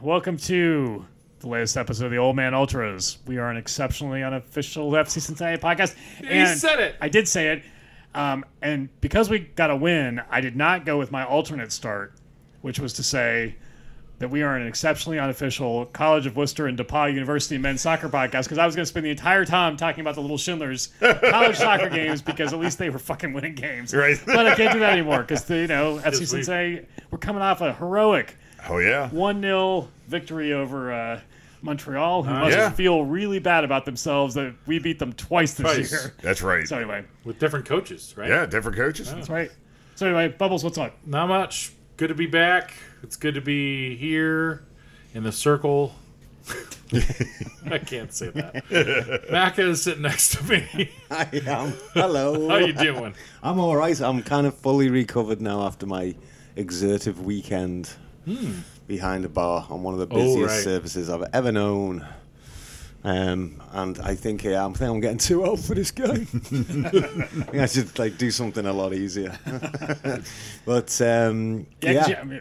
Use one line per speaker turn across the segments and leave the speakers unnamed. Welcome to the latest episode of the Old Man Ultras. We are an exceptionally unofficial FC Cincinnati podcast.
he said it.
I did say it. Um, and because we got a win, I did not go with my alternate start, which was to say that we are an exceptionally unofficial College of Worcester and DePauw University men's soccer podcast because I was going to spend the entire time talking about the little Schindlers college soccer games because at least they were fucking winning games.
Right.
But I can't do that anymore because, you know, FC
week.
Cincinnati, we're coming off a heroic
Oh yeah.
1 0 victory over uh, Montreal, who must
yeah.
feel really bad about themselves that we beat them twice this
Twice.
year.
That's right.
So, anyway,
with different coaches, right?
Yeah, different coaches.
that's right. So, anyway, Bubbles, what's up?
Not much. Good to be back. It's good to be here in the circle. I can't say that. Maka is sitting next to me.
I am. Hello.
How you doing?
I'm all right. I'm kind of fully recovered now after my exertive weekend behind a bar on one of the busiest
Hmm. right.
services I've ever known. Um, and I think yeah, I'm, I think I'm getting too old for this game. I think I should like do something a lot easier. but um, yeah,
'cause I mean,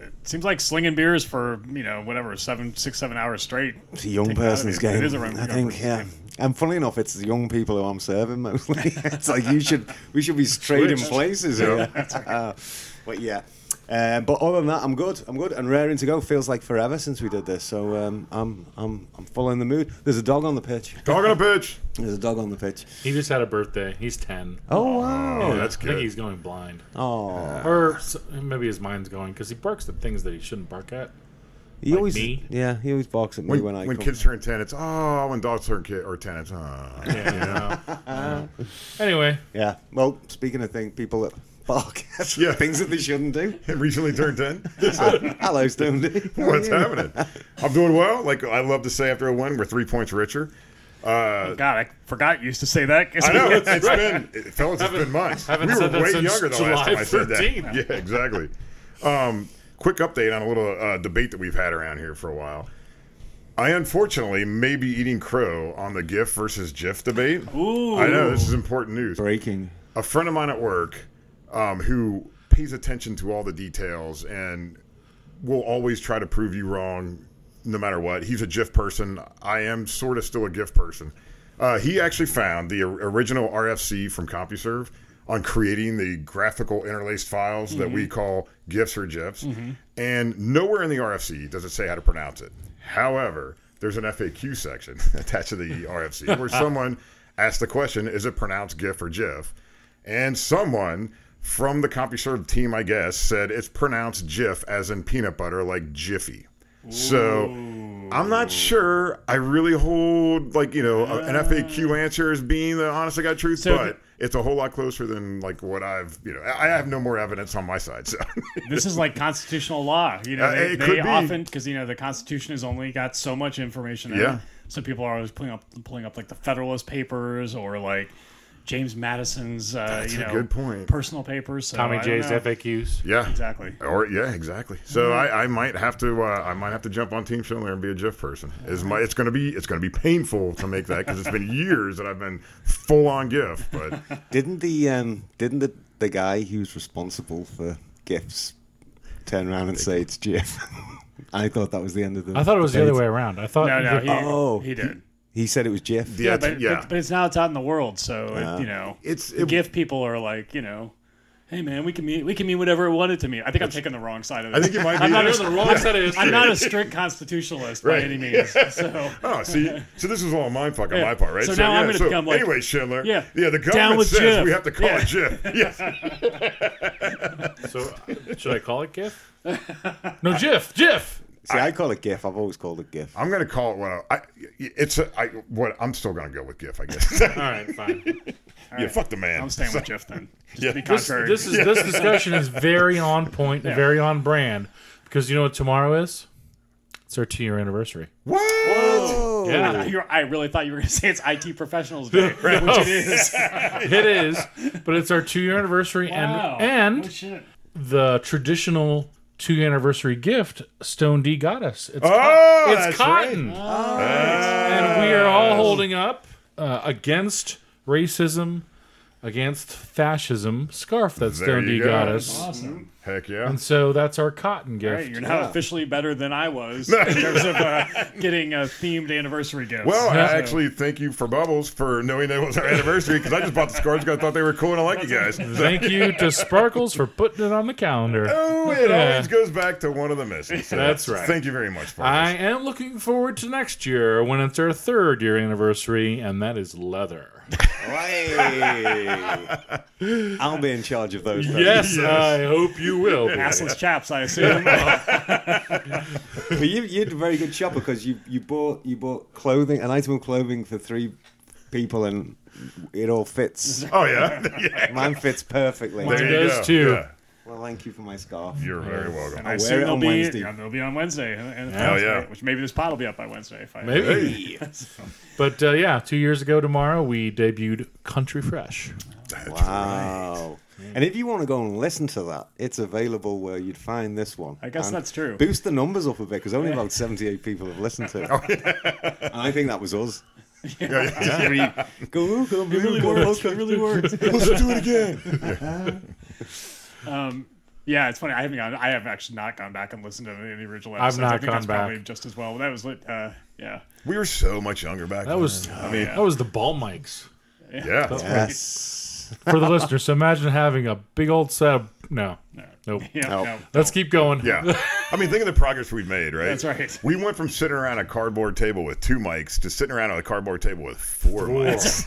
it seems like slinging beers for, you know, whatever, seven, six, seven hours straight.
it's a young
Take it out of
person's
it.
game.
It is a young
I think
person's
yeah.
game.
And funny enough, it's the young people who I'm serving mostly. it's like you should, we should be trading
Switched.
places. here. but yeah. Uh, but other than that, I'm good. I'm good and raring to go. Feels like forever since we did this, so um, I'm I'm I'm full in the mood. There's a dog on the pitch.
Dog on a pitch.
There's a dog on the pitch.
He just had a birthday. He's ten.
Oh wow!
Oh, that's
I think
good. Ah.
he's going blind,
Oh,
or s- maybe his mind's going because he barks at things that he shouldn't bark at.
he
Like
always
me?
yeah he always barks at me
When,
when, I
when
come.
kids turn ten, it's oh. When dogs turn kid or ten, it's oh.
Yeah. you know. Anyway,
Yeah. Well, speaking of things, people that bark at
Yeah.
things that they shouldn't do.
Recently turned ten.
Hello, Stonedy. How are
What's
you?
happening? I'm doing well. Like I love to say after a win, we're three points richer. Uh,
God, I forgot you used to say that.
I know it's,
It's-
it's been, it, fellas, it's been months.
haven't
we
said
were
that
way
since
younger the
July
last time I said
13.
that. Yeah, exactly. Um, quick update on a little uh, debate that we've had around here for a while. I unfortunately may be eating crow on the GIF versus GIF debate.
Ooh.
I know this is important news.
Breaking.
A friend of mine at work, um, who pays attention to all the details and will always try to prove you wrong no matter what. He's a GIF person. I am sort of still a GIF person. Uh, he actually found the or- original RFC from CompuServe on creating the graphical interlaced files that we call GIFs or GIFs. And nowhere in the RFC does it say how to pronounce it. However, there's an FAQ section attached to the RFC where someone asked the question is it pronounced GIF or GIF? And someone from the CompuServe team, I guess, said it's pronounced Jif as in peanut butter, like Jiffy. So I'm not sure. I really hold like you know a- an FAQ answer as being the honest to God truth,
So
but it's a whole lot closer than like what I've you know. I I have no more evidence on my side, so
this is like constitutional law. You know,
Uh,
they,
it
they
could be.
often because you know the Constitution has only got so much information. in it.
Yeah.
So people are always pulling up, pulling up like the Federalist Papers or like James Madison's, uh, you
a
know,
good point.
personal papers. So Oh, I
Tommy
don't
J's
know.
FAQs.
yeah,
Exactly. Mm-hmm.
Or yeah, exactly. So I, I might have to uh, I might have to jump on Team Schindler and be a Jif person. Is my it's gonna be it's gonna be painful to make that because it's been years that I've been full on Jif, but.
Didn't the um, didn't the, the guy who's responsible for gifts turn around and say it's Jeff? I thought that was the end of the.
I thought it was the
debate.
other way around. I thought
No, no, he,
Oh.
he did.
He said it was Jeff.
Yeah,
but,
t- yeah.
But, but it's now it's out in the world, so it, you know,
It's-
the
it-
gift people are like, you know, hey man, we can mean we can mean whatever it wanted to mean. I think I'm taking the wrong side of this.
I think it might
I'm
be-
not,
You're
a,
on
the wrong side of history.
I'm not a strict constitutionalist
Right.
by any means. So
Oh, see, so this is all mind fuck on
Yeah.
my part, right?
So now I'm gonna
so
become like-
anyway, Schindler.
Yeah.
yeah. The
Down
government
with
says
Jif.
we have to call
Yeah.
it Jif. Yes,
So should I call it GIF? No, GIF, GIF.
See, I, call it GIF. I've always called it GIF.
I'm gonna call it what I, I it's a, I, what I'm still gonna go with GIF, I guess. yeah,
All right, fine.
fuck the man.
I'm staying with Jeff then. Just
Yeah.
to be
This-
contrary.
This is this discussion is very on point, very on brand, because you know what tomorrow is? It's our two year anniversary.
What?
I,
Yeah,
you're- I really thought you were going to say it's IT professionals day, which it is.
it is, but it's our two year anniversary,
Wow.
and
Oh, shit.
and the traditional two year anniversary gift Stone D got us. It's,
Oh,
co- it's
that's
cotton, and we are all holding up uh, against racism, against fascism scarf that
There
Stone
you
D
go. Mhm.
got us.
Awesome.
Heck yeah.
And so that's our cotton gift.
All right, you're not officially better than I was in terms of uh, getting a themed anniversary gift.
Well, I
Yeah.
actually thank you for Bubbles for knowing that was our anniversary because I just bought the cards because I thought they were cool and I like you guys.
Thank you to Sparkles for putting it on the calendar.
Oh, it
Yeah.
always goes back to one of the misses. So
That's right.
Thank you very much, Bubbles.
I am looking forward to next year when it's our third year anniversary, and that is leather.
Hey. I'll be in charge of those. though.
Yes, I hope you will. be.
assless chaps, I assume.
But you, you did a very good shopper because you, you bought you bought clothing, an item of clothing for three people, and it all fits.
oh, yeah. yeah.
Mine fits perfectly.
There you
does
go.
too.
Yeah.
Well, thank you for my scarf.
You're very welcome.
I
wear
assume
it
they'll
on
be
Wednesday.
yeah, they'll be on Wednesday, and, and
Hell yeah.
which maybe this pod will be up by Wednesday. If I
Maybe.
So,
But uh, yeah, two years ago tomorrow, we debuted Country Fresh.
Wow. Oh. And if you want to go and listen to that, it's available where you'd find this one.
I guess
And
that's true.
Boost the numbers up a bit because only about 78 people have listened to it. And I think that was us. Three- Go, oh, go,
It really
go,
works.
go.
It really works.
Let's do it again.
Yeah, it's funny. I haven't gone. I have actually not gone back and listened to any of the original
I've
episodes.
not
I think
gone
that's Probably
back.
just as well. That was lit. Uh, yeah.
We were so much younger back
That
then.
was Uh, that was the ball mics
yeah.
Yes.
for the listeners. So imagine having a big old set. Of, no, nope.
Yeah.
Nope.
No.
Let's keep going.
Yeah. I mean, think of the progress we've made, right?
That's right.
We went from sitting around a cardboard table with two mics to sitting around on a cardboard table with four, mics.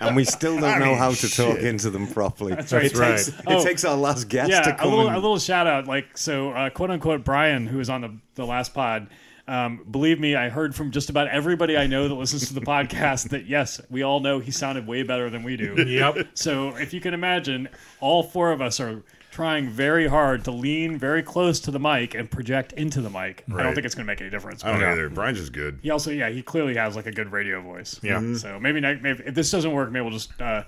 And we still don't know how to talk into them properly. That's
right.
It,
That's
takes,
right.
it takes our last guest to
Yeah. A
come
little,
and-
a little shout out. Like so, uh, quote unquote, Brian, who was on the the last pod. Um, believe me, I heard from just about everybody I know that listens to the podcast that yes, we all know he sounded way better than we do.
Yep.
So if you can imagine, all four of us are trying very hard to lean very close to the mic and project into the mic. I don't
Right.
think it's going to make any difference.
I don't
but- uh,
know either. Brian's is good.
He also, yeah, he clearly has like a good radio voice.
Yeah. Mhm.
Mm-hmm.
So maybe, not, maybe if this doesn't work, maybe we'll just uh,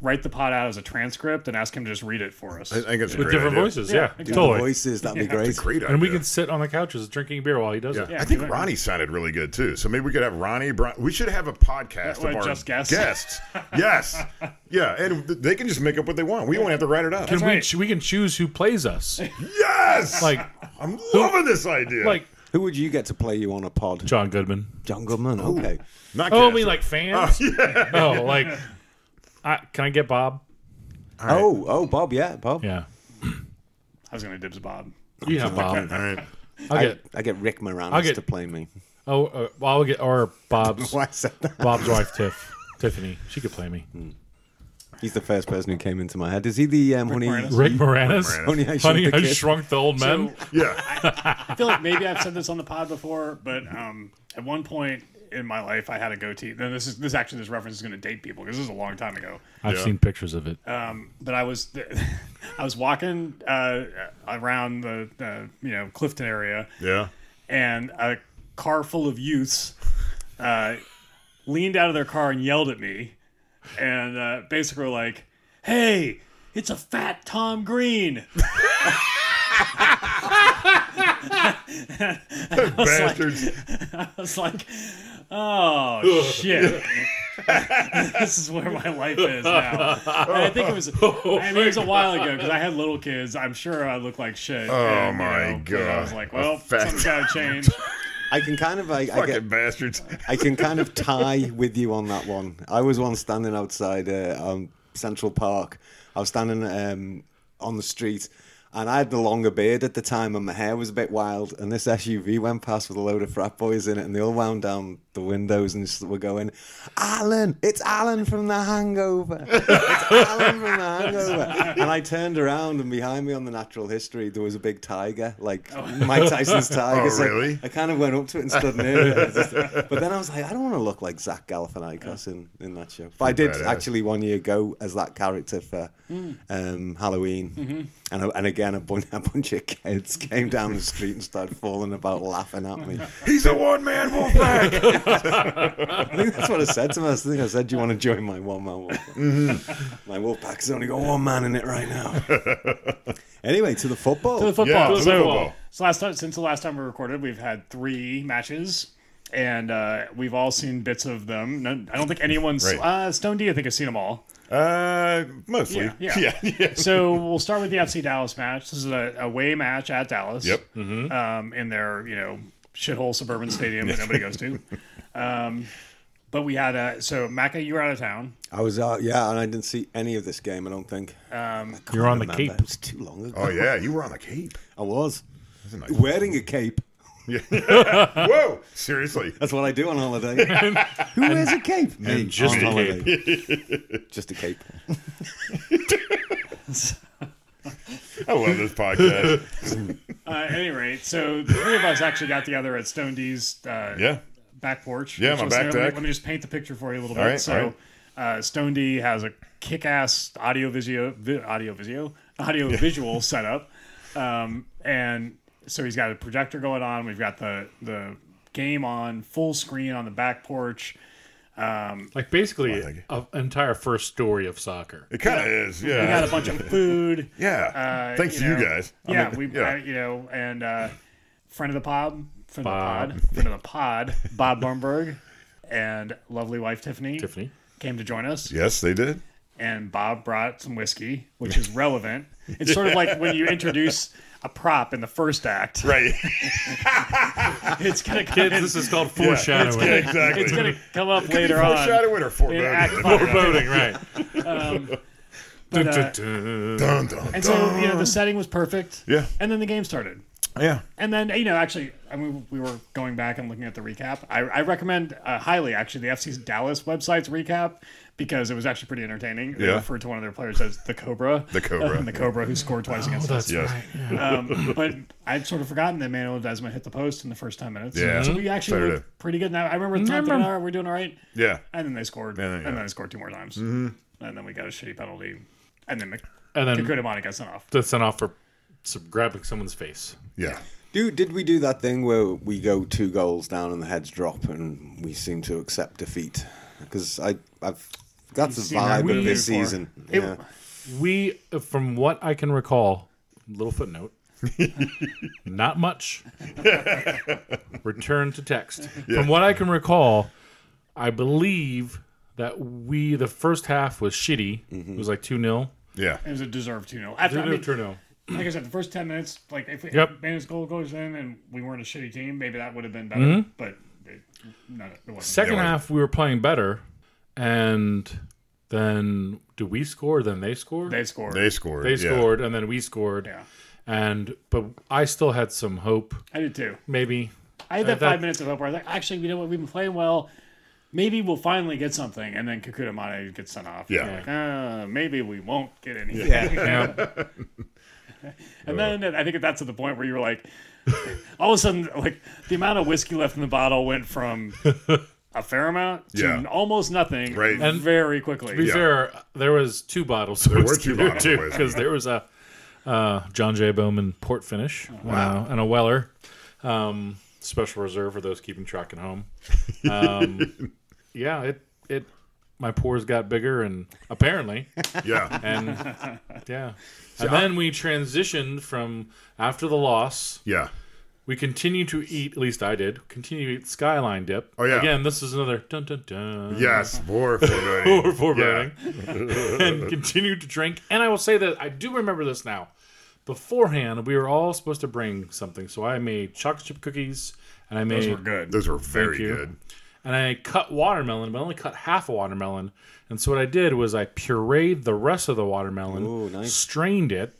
write the pod out as a transcript and ask him to just read it for us.
I think it's a
With
great
different
idea.
voices.
Yeah,
Yeah,
exactly.
the
totally.
voices. That'd be great.
Great idea.
And we can sit on the couches drinking beer while he does it.
Yeah,
I think
do it.
Ronnie sounded really good too. So maybe we could have Ronnie. Bron- we should have a podcast
Well,
of our
just guests.
yes, yeah, and th- they can just make up what they want. We won't have to write it up.
Can we,
right.
ch- we can choose who plays us.
Yes,
Like,
I'm loving this idea.
like
Who would you get to play you on a pod?
John Goodman.
John Goodman. Okay.
not
Oh, I
cast.
mean, like fans? No, like, I, can I get Bob?
Oh, oh, Bob. Yeah, Bob.
Yeah.
I was going to dibs Bob.
You have Bob.
All right.
I'll
I,
get,
I get Rick Moranis
I'll get-
to play me.
oh, uh, well, I'll get, or Bob's,
Why I said that?
Bob's wife, Tiff, Tiffany. She could play me.
He's the first person who came into my head. Is he the um, honey?
Moranis?
Rick Moranis.
Honey, I Shrunk
Honey,
the
I
Kid?
shrunk the old men.
Yeah,
I feel like maybe I've said this on the pod before, but um, at one point in my life, I had a goatee. Then this is this actually this reference is going to date people because this is a long time ago.
I've
Yeah.
seen pictures of it.
um, but I was I was walking uh, around the uh, you know Clifton area,
yeah.
and a car full of youths uh, leaned out of their car and yelled at me, and uh, basically were like, "Hey, it's a fat Tom Green."
Bastards.
I was like, "Oh shit." this is where my life is now. And I think it was. I mean, it was a while ago because I had little kids. I'm sure I look like shit.
Oh,
and, you
my
know, and I was
God.
like,
A
"Well,
fat-
something's got to change."
I can kind of I, I
Fucking
get
bastards.
I can kind of tie with you on that one. I was once standing outside uh, um, Central Park. I was standing um, on the street, and I had the longer beard at the time, and my hair was a bit wild. And this SUV went past with a load of frat boys in it, and they all wound down the windows and just were going, "Alan, it's Alan from The Hangover." It's Alan from The Hangover. And I turned around, and behind me on the natural history, there was a big tiger, like Mike Tyson's tiger.
Oh,
So
really?
I kind of went up to it and stood near it. I was just- But then I was like, I don't want to look like Zach Galifianakis in, in that show. But I did
Badass.
actually one year go as that character for um, Halloween. And, I- and again, a bunch, a bunch of kids came down the street and started falling about laughing at me.
He's a one man wolf pack.
I think that's what I said to them. I think I said, Do you want to join my one man wolf? pack?"
Mm-hmm.
My wolf pack's only got one man in it right now. anyway, to the football.
the football.
Yeah, to the
so,
football.
so last time, since the last time we recorded, we've had three matches, and uh, we've all seen bits of them. None, I don't think anyone's
Right.
uh, Stone D. I think has seen them all.
Uh, mostly.
Yeah, yeah.
yeah. yeah.
So we'll start with the FC Dallas match. This is a away match at Dallas.
Yep.
Um, in their you know shithole suburban stadium that nobody goes to. Um, but we had a so Maka, you were out of town.
I was out, yeah, and I didn't see any of this game. I don't think. Um,
You're on the Cape.
It was too long ago.
Oh yeah, you were on the Cape.
I was
That's a nice-
wearing a cape.
Whoa, seriously.
That's what I do on holiday. Who wears a cape? Me.
just
on
a
cape. just a cape.
I love this podcast.
Uh, at any rate, so the three of us actually got together at Stone D's uh,
Yeah.
back porch.
Yeah,
which
my
was
back
there. Let me-
deck.
Let me just paint the picture for you a little
All
bit.
right,
so, uh, Stone D has a kick-ass audio visual, vi- audio visual, audio visual setup, um, and so he's got a projector going on. We've got the the game on full screen on the back porch.
Like basically
Like-
an entire first story of soccer.
It kind of is.
We got
Yeah.
a bunch of food.
yeah.
Uh,
Thanks to
know.
you guys. I
Yeah,
mean,
we
yeah.
uh, you know, and uh, friend of the pod, friend
Bob.
of the pod, friend of the pod, Bob Barnberg, and lovely wife Tiffany,
Tiffany.
came to join us,
yes, they did.
and Bob brought some whiskey, which is relevant. It's sort of like when you introduce a prop in the first act.
Right.
It's gonna come
Kids,
in-
this is called
it's
foreshadowing.
gonna,
exactly.
it's gonna come up
Could be
later on.
foreshadowing or
in
foreboding.
act five.
Foreboding, right. Um,
But, uh,
Dun, dun,
and
dun.
so you know the setting was perfect.
Yeah.
And then the game started.
yeah.
And then you know, actually, I mean, we were going back and looking at the recap. I, I recommend uh, highly, actually, the FC's Dallas website's recap because it was actually pretty entertaining. They
Yeah.
referred to one of their players as the Cobra,
The Cobra.
and the Cobra who scored twice against us.
Oh, That's
Yes.
right. yeah.
Um, but I'd sort of forgotten that Manuel Desma hit the post in the first ten minutes.
Yeah.
so we actually
Fair
looked
enough.
pretty good. Now I remember, remember.
Remember.
All right, we're doing all right,
Yeah.
and then they scored,
Yeah,
and
yeah.
then they scored two more times, mm-hmm. and then we got a shitty penalty, and then
And then
Kakutamani got sent off.
that's sent off for some, grabbing someone's face.
Yeah.
Do did we do that thing where we go two goals down and the heads drop and we seem to accept defeat? Because I I've that's the
seen that
vibe
movie
of this
before.
season.
It-
yeah.
We, from what I can recall, little footnote, not much. Return to text. From what I can recall, I believe that we, the first half was shitty. It was like 2 0.
Yeah.
It was a deserved two 0 After I mean,
2 0.
like I said, the first ten minutes, like if, we
Yep.
if Bandit's goal goes in and we weren't a shitty team, maybe that would have been better. But it, no, it wasn't.
Second
Yeah, like-
half, we were playing better. And then, did we score? Then they score?
they scored.
They scored.
They
yeah.
scored, and then we scored.
Yeah.
And, but I still had some hope,
I did too.
maybe.
I had that
I thought-
five minutes of hope where I was like, actually, you know what? We've been playing well. Maybe we'll finally get something, and then Kakuta Mane gets sent off.
Yeah.
You're like, uh, maybe we won't get anything.
Yeah.
And then I think that's at the point where you were like, all of a sudden, like the amount of whiskey left in the bottle went from a fair amount to
Yeah.
almost nothing,
Right.
And-
very quickly.
To be fair, there was two bottles. There
were two bottles of whiskey.
because there was a uh, John J. Bowman port finish wow. and a Weller um, special reserve for those keeping track at home. Um, yeah, it it my pores got bigger and apparently
Yeah.
and yeah, and then we transitioned from after the loss.
Yeah.
We continue to eat. At least I did. Continue to eat skyline dip.
Oh, yeah.
Again, this is another dun dun dun.
Yes. More foreboding.
Or foreboding and continued to drink. And I will say that I do remember this now. Beforehand, we were all supposed to bring something, so I made chocolate chip cookies, and I made
Those were good.
Those were very
Thank you.
good.
and I cut watermelon, but I only cut half a watermelon. And so what I did was I pureed the rest of the watermelon,
Ooh, nice.
strained it,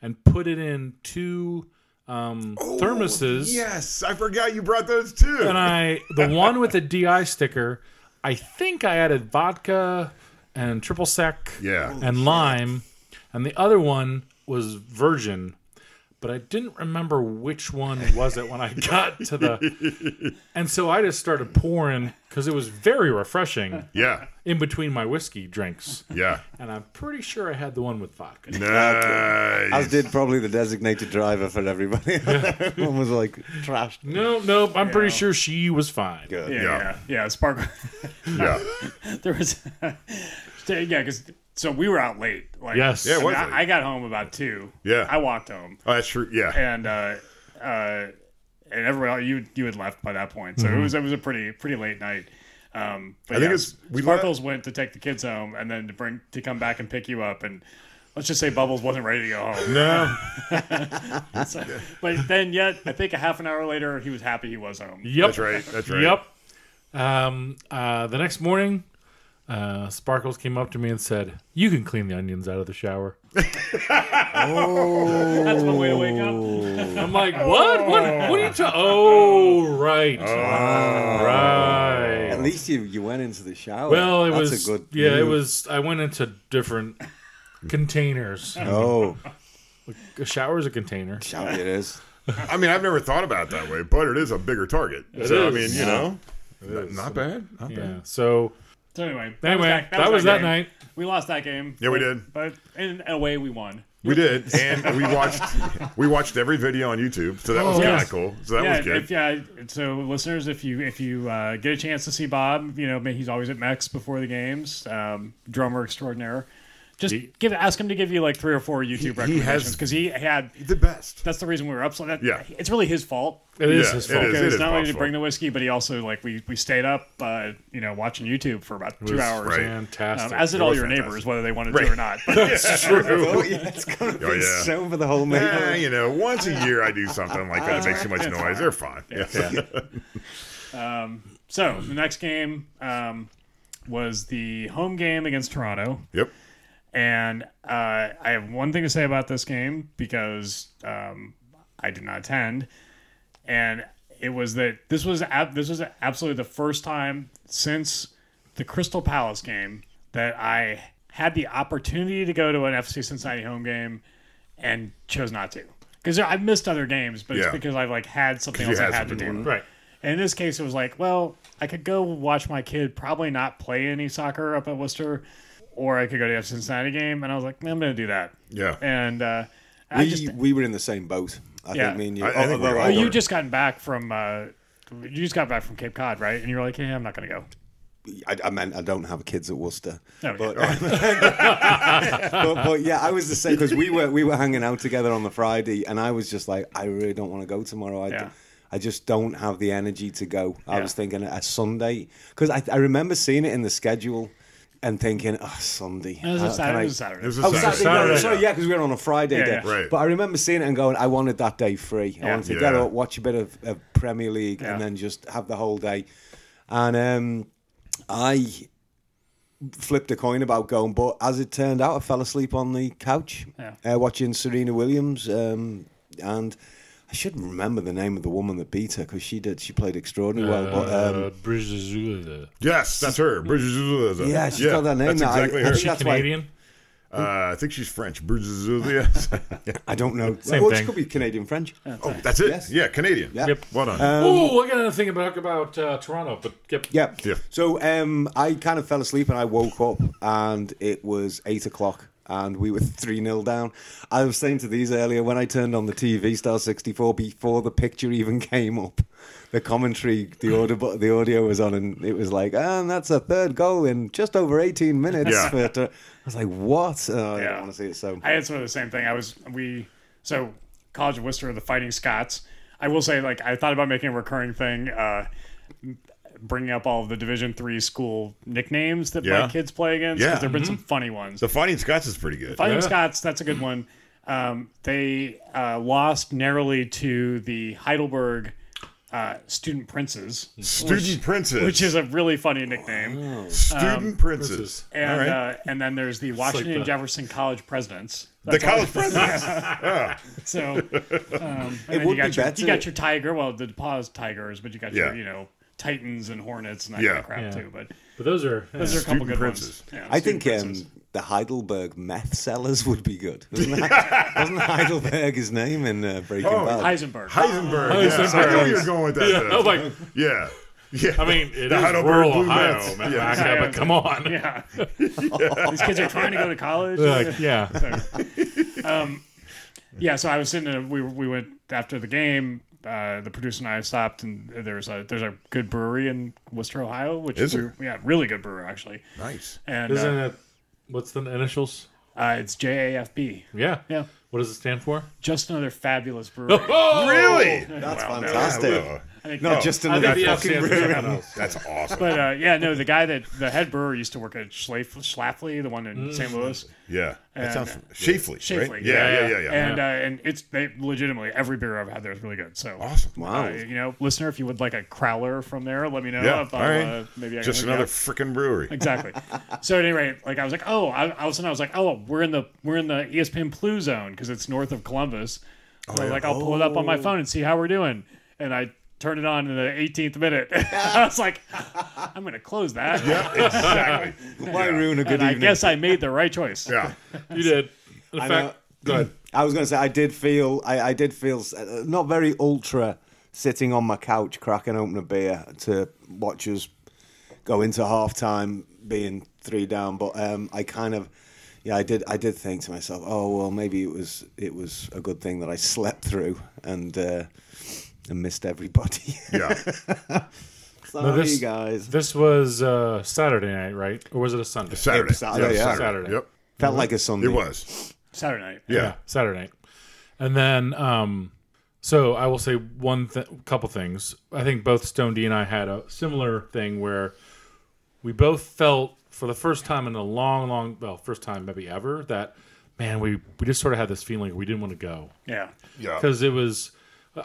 and put it in two um,
Oh,
thermoses.
Yes, I forgot you brought those too.
And I, the one with the DI sticker, I think I added vodka and triple sec
yeah.
and lime, and the other one was virgin. But I didn't remember which one was it when I got to the, and so I just started pouring because it was very refreshing
Yeah.
in between my whiskey drinks,
Yeah.
and I'm pretty sure I had the one with vodka.
Nice.
As did probably the designated driver for everybody. Everyone was like trashed.
No, no, I'm pretty sure she was fine.
Good.
Yeah,
Yeah.
yeah, yeah. Spark.
Yeah.
there was, yeah, because so we were out late. Like,
Yes. Yeah,
it was
I, mean,
late.
I, I got home about two.
Yeah.
I walked home,
Oh, that's true. Yeah.
and uh, uh, and everyone else, you you had left by that point, so it was it was a pretty pretty late night. Um, but
Mm-hmm. I think
yeah,
it's- we
Sparkles went to take the kids home and then to bring to come back and pick you up. And let's just say Bubbles wasn't ready to go home.
No.
So- but then, yet, I think a half an hour later, he was happy he was home.
Yep.
That's right. That's right.
Yep. Um, uh, the next morning, uh, Sparkles came up to me and said, "You can clean the onions out of the shower."
That's one way to wake up.
I'm like, "What? What? What are you talking? Oh, right, right."
At least you, you went into the shower.
Well, it
That's
was
a good.
yeah. It
move.
was. I went into different containers.
Oh,
A shower is a container.
shower it is.
I mean, I've never thought about it that way, but it is a bigger target.
is.
so, I mean, you know, not, not bad. Not bad.
Yeah. So
So anyway, that
anyway,
was
that was that,
game.
night.
We lost that game.
Yeah, we
but-
did.
But in a way, we won.
We did, and we watched we watched every video on YouTube, so that was
Oh,
kind
yes.
of cool. So that
yeah,
was good.
if, yeah. So listeners, if you if you uh, get a chance to see Bob, you know ma- he's always at Mex before the games. Um, drummer extraordinaire. Just give ask him to give you like three or four YouTube recommendations
has-
because he, had.
the best.
That's the reason we were up. So that,
Yeah.
it's really his fault.
It is
Yeah,
his
it
fault.
is.
Because not only
Bob's
did he bring the
fault.
whiskey, but he also like we we stayed up, uh, you know, watching YouTube for about two
was
hours.
right.
Um,
Fantastic.
as did all
was
your
fantastic.
neighbors, whether they wanted
Right.
to or not. But
Oh, yeah, it's gonna be
Oh, yeah.
sober the whole
Eh,
night.
you know, once a year I do something like that. It makes too much noise. They're fine. Yeah.
so the next game um, was the home game against Toronto.
Yep.
And uh, I have one thing to say about this game because um, I did not attend, and it was that this was ab- this was absolutely the first time since the Crystal Palace game that I had the opportunity to go to an FC Cincinnati home game and chose not to because I've missed other games, but
Yeah.
it's because I've like had something
you
else I
had
had to
something
do.
right.
And in this case, it was like, well, I could go watch my kid probably not play any soccer up at Worcester, or I could go to the Cincinnati game. And I was like, "Man, I'm going to do that.
Yeah.
And uh, I
We,
just,
we were in the same boat. I
Yeah.
think me and you. Oh,
I- I think we
although
were
I
well,
all-
you
got-
just gotten back from, uh, you just got back from Cape Cod, right? And you were like, yeah, I'm not going to go.
I, I meant I don't have kids at Worcester,
Oh, yeah.
but, but but yeah, I was the same because we were we were hanging out together on the Friday, and I was just like, I really don't want to go tomorrow. I, d-
Yeah.
I just don't have the energy to go. I
Yeah.
was thinking a Sunday because I, I remember seeing it in the schedule and thinking, oh, Sunday.
It was
how
a
can
Saturday.
I-
It was a Saturday.
It was a
Oh,
Saturday.
Saturday.
Saturday.
no, sorry, yeah, because we were on a Friday
Yeah,
day.
yeah.
Right.
But I remember seeing it and going, I wanted that day free. I
Yeah.
wanted to
Yeah.
get up, watch a bit of, of Premier League,
Yeah.
and then just have the whole day. And um, I flipped a coin about going, but as it turned out, I fell asleep on the couch
Yeah.
uh, watching Serena Williams. Um, and I should remember the name of the woman that beat her because she did. She played extraordinarily well. But um,
Uh, Bridge to Zulu.
Yes, that's her. Bridget Zulia.
Yeah, she's got that name
That's
now. I-
exactly
I
her.
think that's why-
Canadian.
Uh, I think she's French. Bridget Zulia.
Uh,
I don't know.
Same
well, she
thing.
could be Canadian French.
oh, that's it.
Yes.
Yeah, Canadian.
Yeah. Uh,
Yep.
Well done.
oh, I got another thing about about uh, Toronto, but yep.
Yeah.
Um, Yeah.
So um, I kind of fell asleep and I woke up and it was eight o'clock and we were 3 0 down. I was saying to these earlier when I turned on the TV, Star 64, before the picture even came up, the commentary, the audio, the audio was on and it was like, "Ah, and that's a third goal in just over 18 minutes.
Yeah.
for Tor-" I was like, what? Oh, I
Yeah.
don't want to see it. So
I had sort of the same thing. I was we so College of Worcester, the Fighting Scots. I will say, like, I thought about making a recurring thing, uh, m- bringing up all of the Division three school nicknames that
Yeah.
my kids play against. 'cause
Yeah.
there've been some funny ones.
The Fighting Scots is pretty good.
Fighting
Yeah.
Scots, that's a good one. Um, they uh, lost narrowly to the Heidelberg uh, Student Princes,
Student Princess.
which is um, a really funny nickname.
Student Princess.
And
Oh. All right.
uh, and then there's the Washington
the-
Jefferson College Presidents.
the
That's all-
college presidents.
So um, and then
would
you got
be
your
better-
you got your tiger. Well, the pause tigers, but you got
Yeah.
your you know titans and hornets and that kind
Yeah.
of crap
Yeah.
too. But
But those are
those are a couple
Student
good
princes.
ones. Yeah,
I
student
think um,
princes.
the Heidelberg meth sellers would be good. Wasn't, that, wasn't Heidelberg his name in uh, Breaking
Oh,
Bad?
Heisenberg. Oh,
Heisenberg.
Heisenberg.
Yes, I know you're going with that.
Yeah,
though.
I'm like-
yeah. Yeah.
I mean, it is
The Heidelberg
rural
Blue
Ohio,
Mets.
man.
Yeah.
Yeah, but come on.
yeah. These kids are trying to go to college.
Like, yeah.
Yeah, so I was sitting. In a, we we went after the game. Uh, the producer and I stopped, and there's a there's a good brewery in Worcester, Ohio, which
Is
we-
there?
yeah, really good brewery actually.
nice.
And
Isn't
uh,
it? What's the initials?
uh, it's JAFB.
Yeah.
Yeah,
What does it stand for?
just another fabulous brewery.
Oh,
Really?
That's
Wow.
fantastic.
Yeah, well,
think
Not just another
I think the
fucking
FCF is
brewery.
something else.
That's awesome.
But uh, yeah, no, the guy that the head brewer used to work at Schlaf- Schlafly, the one in
Mm.
St. Louis,
yeah, that
And-
sounds Shafley,
Shafley.
right? Yeah, yeah, yeah, yeah.
and uh, and it's they legitimately every beer I've had there is really good. So
awesome.
uh,
Wow.
you know, listener, if you would like a crowler from there, let me know.
Yeah,
if
all
I'll,
right.
uh, maybe I can
Just
hook you
another
up.
freaking brewery.
exactly. So at any rate, like I was like, oh, I, all of a sudden I was like, oh, we're in the we're in the E ESPN Plu zone because it's north of Columbus.
Oh,
So I was like, I'll pull it up on my phone and see how we're doing. And I turned it on in the 18th minute. I was like, I'm gonna close that.
exactly.
Why ruin a good
And I
evening?
guess I made the right choice.
Yeah.
You did. In
I
fact, go ahead.
I was going to say I did feel I, I did feel s- uh, not very ultra sitting on my couch cracking open a beer to watch us go into half time being three down but um, I kind of yeah I did I did think to myself oh well maybe it was it was a good thing that I slept through and uh, and missed everybody
Yeah.
sorry
this-
guys
This was uh, Saturday night, right? Or was it a Sunday?
Saturday.
Saturday,
yeah,
yeah.
Saturday.
Yep.
felt like a Sunday
It was.
Saturday night.
Yeah.
Saturday night. And then, um, so I will say one th- couple things. I think both Stone D and I had a similar thing where we both felt for the first time in a long, long, well, first time maybe ever that, man, we, we just sort of had this feeling we didn't want to go.
Yeah.
Yeah.
because it was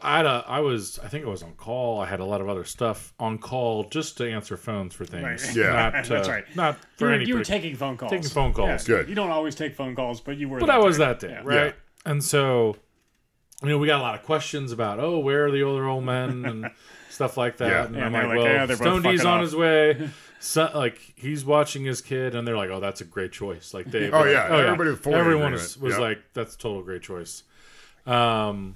I had a, I was I think I was on call. I had a lot of other stuff on call just to answer phones for things.
Right.
Yeah.
not,
That's
uh,
right.
Not
You
for
were,
any.
you were
partic-
taking phone calls.
Taking phone calls.
Good.
You don't always take phone calls, but you were.
but
that
I was
day.
that day,
Yeah.
right? And so, you know, we got a lot of questions about oh, where are the older old men and stuff like that.
Yeah.
And
Yeah,
I'm
they're
like,
like,
well,
yeah, they're both
Stone D's
fucking
on
off.
his way. So, like he's watching his kid, and they're like, "Oh, that's a great choice." Like they,
Oh, yeah. Everybody was fully in
everyone
agreement.
was, was
Yep.
like, "That's a total great choice." Um,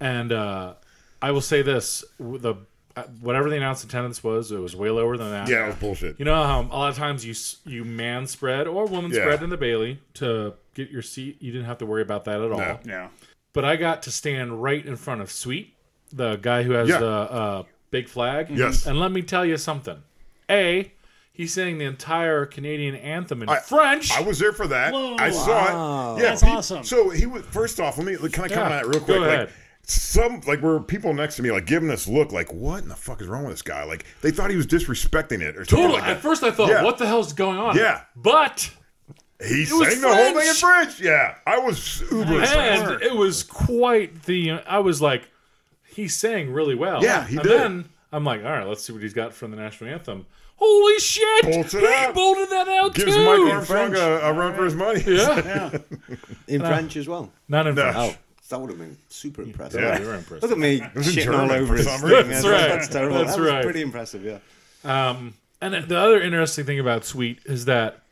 and uh, I will say this: w- the uh, whatever the announced attendance was, it was way lower than that.
Yeah, it was bullshit.
You know how a lot of times you s- you man spread or woman
Yeah.
spread in the Bailey to get your seat. You didn't have to worry about that at all.
No.
Yeah.
But I got to stand right in front of Sweet, the guy who has
Yeah.
the uh, big flag.
Yes.
And let me tell you something. A, he sang the entire Canadian anthem in
I-
French.
I was there for that.
Whoa.
I saw it. Yeah,
That's
pe-
awesome.
So he was first off. Let me can I comment on
Yeah,
that real
go
quick?
ahead.
Like some like were people next to me like giving us look like what in the fuck is wrong with this guy? Like they thought he was disrespecting it or something
totally.
like
At
that.
first, I thought,
Yeah.
what the hell's going on?
Yeah.
But
He sang
was
the whole thing in
French.
French. Yeah, I was uber. impressed.
and it was quite the. I was like, he sang really well.
Yeah, he
and
did.
Then I'm like, all right, let's see what he's got from the national anthem. Holy shit!
Bolts it
he
out.
bolted that out
Gives
too.
Michael Armstrong a, a run for his money.
yeah,
in French as well
not in French. Oh,
oh that would have been super impressive
Yeah.
You were impressed.
Look at me shitting
German
all over
for
his
some
thing.
reason.
That's,
That's right.
that's terrible.
That's
that was
right.
pretty impressive, yeah.
And the other interesting thing about Sweet is that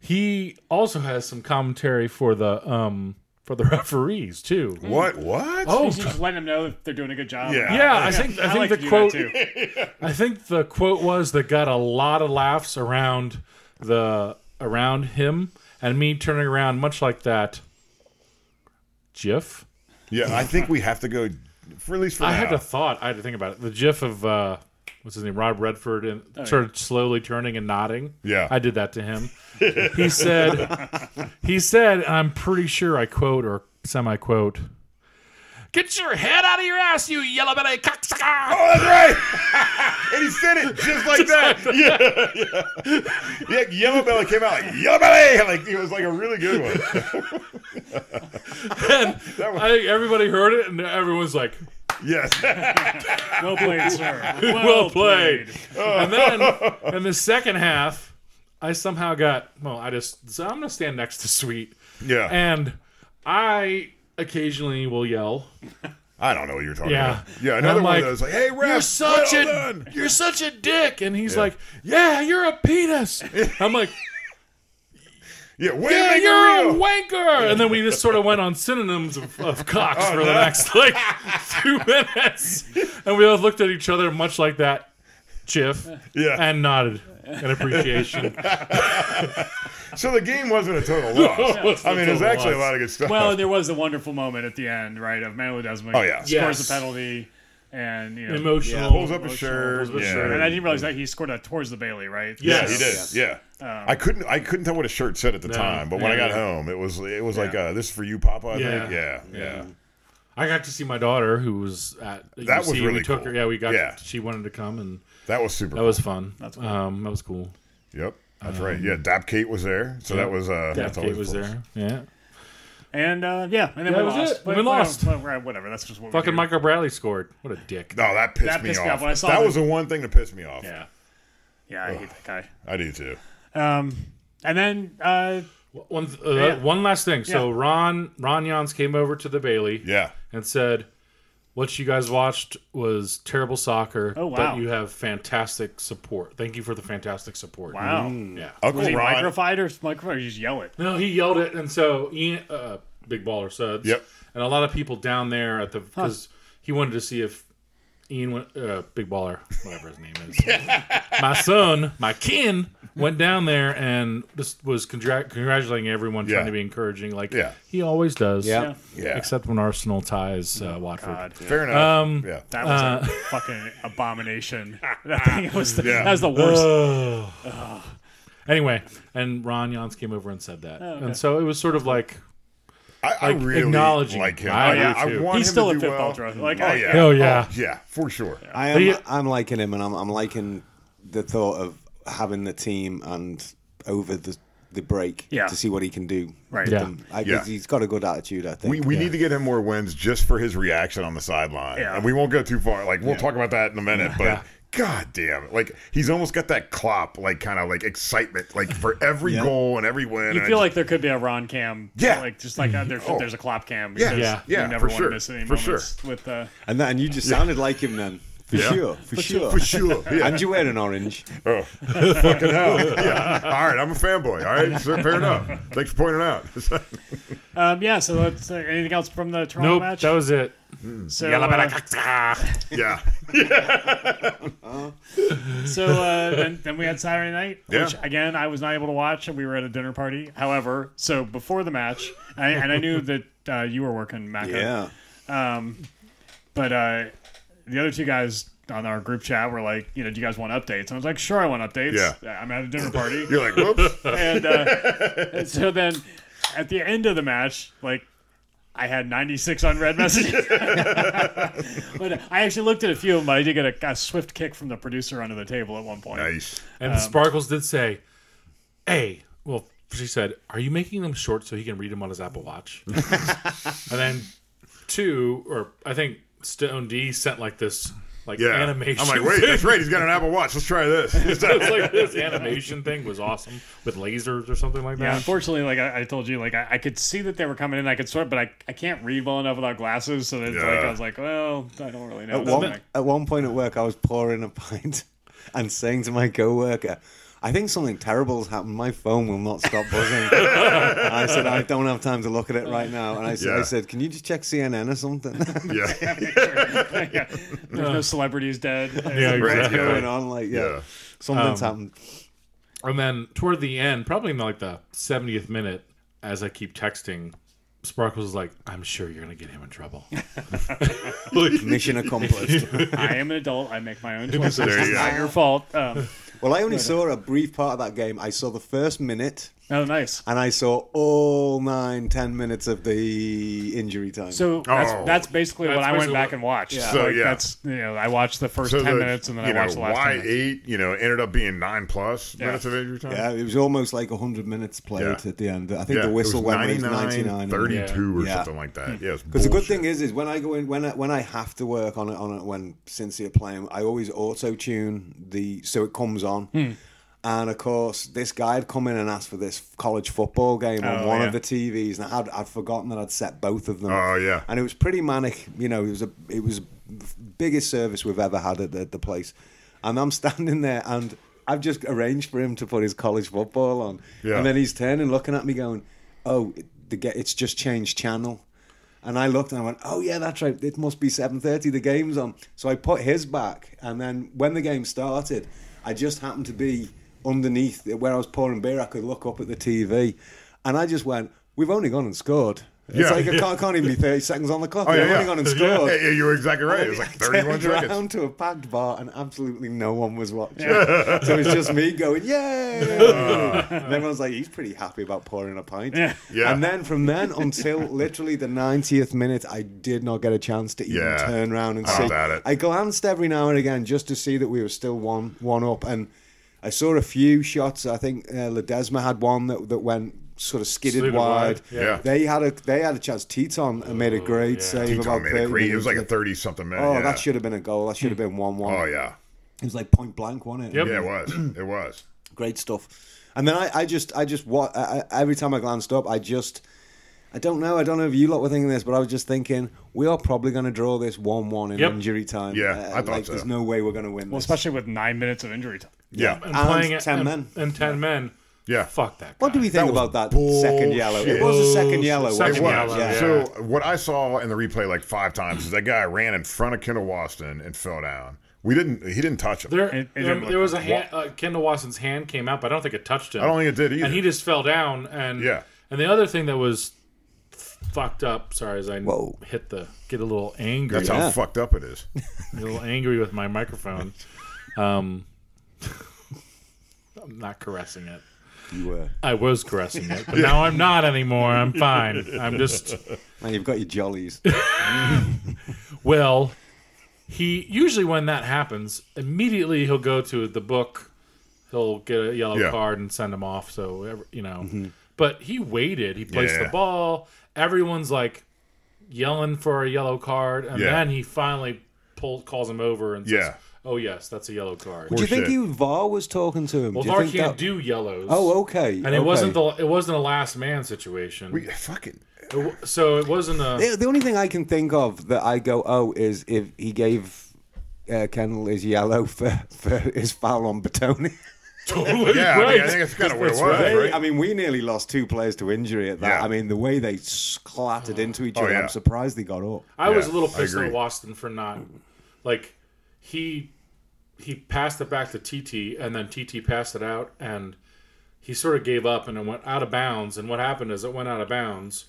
he also has some commentary for the um for the referees too.
What? What?
Oh
You just let them know if they're doing a good job.
Yeah.
yeah, I think I think
like to
the
do
quote
that too.
I think the quote was that got a lot of laughs around the around him and me turning around much like that. GIF.
Yeah, I think we have to go for at least for
I
now.
had a thought. I had to think about it. The GIF of uh, what's his name, Rob Redford, and sort of slowly turning and nodding.
Yeah.
I did that to him. he said, he said, and I'm pretty sure I quote or semi quote. Get your head out of your ass, you yellow belly cocksucker!
Oh, that's right. and he said it just like that. yeah, yeah. Yeah, Yellow Belly came out like, Yellow Belly! Like, it was like a really good one.
I think everybody heard it, and everyone's like,
Yes.
Well played, sir. Well,
"Well played." and then in the second half, I somehow got well. I just so I'm gonna stand next to Sweet,
Yeah.
and I occasionally will yell.
I don't know what you're talking
Yeah.
about. Yeah,
And
another
I'm
one
like,
of those like, hey, ref,
you're such
well
a
done.
you're such a dick and he's like yeah you're a penis i'm like
Yeah, way
yeah
to make it
you're a
real.
wanker and then we just sort of went on synonyms of, of cocks
Oh,
for the next like two minutes and we both looked at each other much like that Chiff
Yeah.
and nodded in appreciation.
So the game wasn't a total loss. I mean, there's
total
actually a
loss.
lot of good stuff.
Well, and there was the wonderful moment at the end, right, of Manuel Desmond.
Oh, yeah.
Scores
Yes.
the penalty and, you know.
Emotional.
pulls up a
Emotional,
shirt.
pulls up a
yeah.
shirt.
And I didn't realize that he scored that towards the Bailey, right?
Yeah.
Yeah, he did.
Yes.
Yeah. I couldn't. I couldn't tell what his shirt said at the time, but when I
Yeah,
got
yeah.
home, it was it was like
Yeah.
uh, this is for you, Papa. I
Yeah.
think. Yeah, yeah,
I got to see my daughter who was at
That was
UC.
really
we took
cool.
her. Yeah, we got.
Yeah.
she wanted to come, and
That was super.
that was fun.
That's cool.
um, that was cool.
Yep, that's
Um,
right. Yeah, Dap Kate was there, so that was uh,
Dap
that's always
Kate was
plus.
there. Yeah,
And uh, yeah, and then
Yeah,
we
that was
lost.
it. We lost.
well, well, whatever. That's just what we
fucking
do.
Michael Bradley scored. What a dick.
No, that pissed,
That
me,
pissed
off.
me off when I saw
that
the-
was the one thing that pissed me off.
Yeah.
Yeah, I hate that guy.
I do too.
Um, and then uh,
One th- uh,
Yeah.
one last thing. So
Yeah.
Ron Ron Jans came over to the Bailey
Yeah,
and said, "What you guys watched was terrible soccer,
Oh, wow.
but you have fantastic support. Thank you for the fantastic support."
wow,
Yeah.
Uncle
was he
Ron.
microfied or microfied? Or you just yell it.
No, he yelled it, and so Ian, uh, Big Baller Suds.
Yep.
And a lot of people down there at the because he wanted to see if Ian went uh, Big Baller, whatever his name is. my son, my kin, went down there and just was congra- congratulating everyone,
Yeah.
trying to be encouraging, like
Yeah.
he always does.
Yeah.
Yeah.
Except when Arsenal ties uh, Watford.
God,
Fair enough.
Um,
yeah.
that was a fucking abomination. that thing was the, that was the worst.
Uh,
Ugh. Anyway, and Ron Jans came over and said that, and so it was sort of like,
I, I
like,
really
acknowledging.
like him.
I
I, I,
do, too.
want
He's
him
still
to
a
do
fifth
well.
ultra. Like,
oh,
I-
yeah.
oh yeah,
Yeah, for sure.
I
But
am.
yeah.
I'm liking him, and I'm, I'm liking the thought of having the team and over the the break
Yeah.
to see what he can do.
Right.
with
Yeah.
them. I,
Yeah.
He's got a good attitude, I think.
We, we need to get him more wins just for his reaction on the sideline.
Yeah.
And we won't go too far. Like we'll talk about that in a minute, but god damn it. Like he's almost got that clop like kind of like excitement like for every goal and every win.
You
and I
feel
just-
like there could be a Ron cam,
Yeah. Oh.
Like just like uh, there's there's a clop cam.
Yeah,
because
yeah,
yeah,
You never
for
want
sure,
to miss any
for
moments with uh,
and that, and you just sounded like him then, for
Yeah.
sure, for, sure.
for sure. Yeah.
And you wear an orange.
Oh, fucking hell. Yeah. All right, I'm a fanboy. All right, sure, fair enough. Thanks for pointing it out.
um yeah. So that's uh, anything else from the Toronto
nope,
match?
that was it.
so,
Yalla
uh,
bada caca.
yeah.
So uh, then, then we had Saturday night,
Yeah.
which again I was not able to watch, and we were at a dinner party. However, so before the match, I, and I knew that uh, you were working, Mac.
Yeah.
But uh, the other two guys on our group chat were like, you know, do you guys want updates? And I was like, sure, I want updates.
Yeah.
I'm at a dinner party,
You're like, "Whoops."
and, uh, and so then at the end of the match, like. I had 96 unread messages, but I actually looked at a few of them. But I did get a, a swift kick from the producer under the table at one point.
Nice.
And Sparkles did say, "Hey, well." She said, "Are you making them short so he can read them on his Apple Watch?" and then two, or I think Stone D sent like this, like
Yeah.
animation.
I'm like, wait,
thing.
that's right. He's got an Apple Watch. Let's try this.
it was like this animation thing was awesome with lasers or something like
Yeah,
that.
unfortunately, like I, I told you, like I, I could see that they were coming in, I could sort, but I, I can't read well enough without glasses, so that like I
Yeah.
was like, well, I don't really know.
At
That's
one,
like-
at one point at work, I was pouring a pint and saying to my coworker, I think something terrible's happened. My phone will not stop buzzing. I said, I don't have time to look at it right now. And I said, I
Yeah.
said can you just check CNN or something?
yeah.
yeah, there's no celebrities dead.
Yeah,
Yeah,
Right.
exactly.
going on? Like, yeah,
Yeah.
something's happened.
And then toward the end, probably in like the 70th minute, as I keep texting, Sparkles is like, "I'm sure you're gonna get him in trouble."
Mission accomplished.
I am an adult. I make my own choices.
There
It's
you
not
go.
your fault. Um,
well, I only saw a brief part of that game. I saw the first minute
oh, nice.
and I saw all nine, ten minutes of the injury time.
So that's,
Oh.
that's basically
That's
what I went
basically
back
what-
and watched. Yeah.
So,
like,
yeah.
that's you know, I watched the first
So
ten
the,
minutes and then I
you know,
watched the last. 10
why
minutes.
eight? You know, ended up being nine plus minutes of injury time.
yeah, it was almost like 100 minutes played
Yeah.
at the end. I think
Yeah,
the whistle
it was
went with 99.
32 or
Yeah.
something like that. Yeah, it's
Because the good thing is, is when I go in, when I, when I have to work on it, on it, when since you're playing, I always auto tune the so it comes on. And of course, this guy had come in and asked for this college football game on
Oh,
one
yeah.
of the TVs, and I had I'd forgotten that I'd set both of them.
Oh, yeah.
and it was pretty manic. You know, it was a it was biggest service we've ever had at the, the place, and I'm standing there and. I've just arranged for him to put his college football on,
Yeah.
and then he's turning, looking at me, going, "Oh, the get it's just changed channel." And I looked and I went, "Oh yeah, that's right. It must be seven thirty. The game's on." So I put his back, and then when the game started, I just happened to be underneath where I was pouring beer. I could look up at the TV, and I just went, "We've only gone and scored." It's
Yeah,
like I
yeah.
can't, can't even be 30 seconds on the clock. They're running on and
Oh, Yeah,
scored.
yeah, you were exactly right. It was like 31
turned
seconds.
around to a packed bar and absolutely no one was watching. so it's just me going, yay! and everyone's like, he's pretty happy about pouring a pint.
Yeah.
Ah. Yeah.
And then from then until literally the 90th minute, I did not get a chance to even
Yeah.
turn around and
I
see.
doubt it.
I glanced every now and again just to see that we were still one one up, and I saw a few shots. I think uh, Ledesma had one that, that went sort of skidded
Slid it
wide.
wide,
yeah. Oh,
They had a they had a chance. Teton made a great save.
Teton
about
made
30
it great. It was like a
minutes.
30 something minute.
Oh,
yeah.
that should have been a goal. That should have been one-one.
Oh, yeah.
it was like point blank, wasn't it?
Yep.
Yeah, it was. It was.
Great stuff. And then I, I just, I just, what? I, I, every time I glanced up, I just, I don't know, I don't know if you lot were thinking this, but I was just thinking we are probably going to draw this one-one in
Yep.
injury time. Uh,
Yeah, I thought
like,
so.
There's no way we're going to win.
Well,
this.
especially with nine minutes of injury time.
Yeah.
and,
And
playing it
10
and,
men.
and ten men.
Yeah.
Fuck that. Guy.
What do we think
That was
about that second yellow? It
bullshit.
was a second yellow.
Second
It
wasn't it?
was.
yellow, yeah.
So what I saw in the replay like five times is that guy ran in front of Kendall Waston and fell down. We didn't. He didn't touch him.
There,
It- it
there,
didn't
there
look
was a hand, uh, Kendall Watson's hand came out, but I don't think it touched him.
I don't think it did either.
And he just fell down. And
Yeah.
And the other thing that was fucked up. Sorry, as I
Whoa.
hit the get a little angry,
That's
Yeah.
how fucked up it is.
a little angry with my microphone. Um, I'm not caressing it.
You were.
I was caressing it, but now I'm not anymore. I'm fine. I'm just
Man, you've got your jollies.
Well, he usually when that happens, immediately he'll go to the book. He'll get a yellow
Yeah. Mm-hmm.
card and send him off. So every- you know, but he waited. He placed
Yeah.
the ball. Everyone's like yelling for a yellow card, and
Yeah.
then he finally pull, calls him over and says,
Yeah.
"Oh yes, that's a yellow card."
Do you think
shit.
you VAR was talking to him?
Well,
do you
VAR
think
can't
that-
do yellows.
Oh, okay.
And it wasn't the it wasn't a last man situation.
We fucking.
It w- so it wasn't a.
The, the only thing I can think of that I go, oh, is if he gave uh, Kendall his yellow for, for his foul on Batoni.
Totally
Yeah, I, mean, I
right.
think that's kind of where it was.
That's
Right.
They- I mean, we nearly lost two players to injury at that.
Yeah.
I mean, the way they s- clattered into each
Oh,
other,
yeah.
I'm surprised they got up.
I was a
Yeah,
little
I
pissed at
agree.
Waston for not like he he passed it back to TT and then TT passed it out and he sort of gave up and it went out of bounds and what happened is it went out of bounds.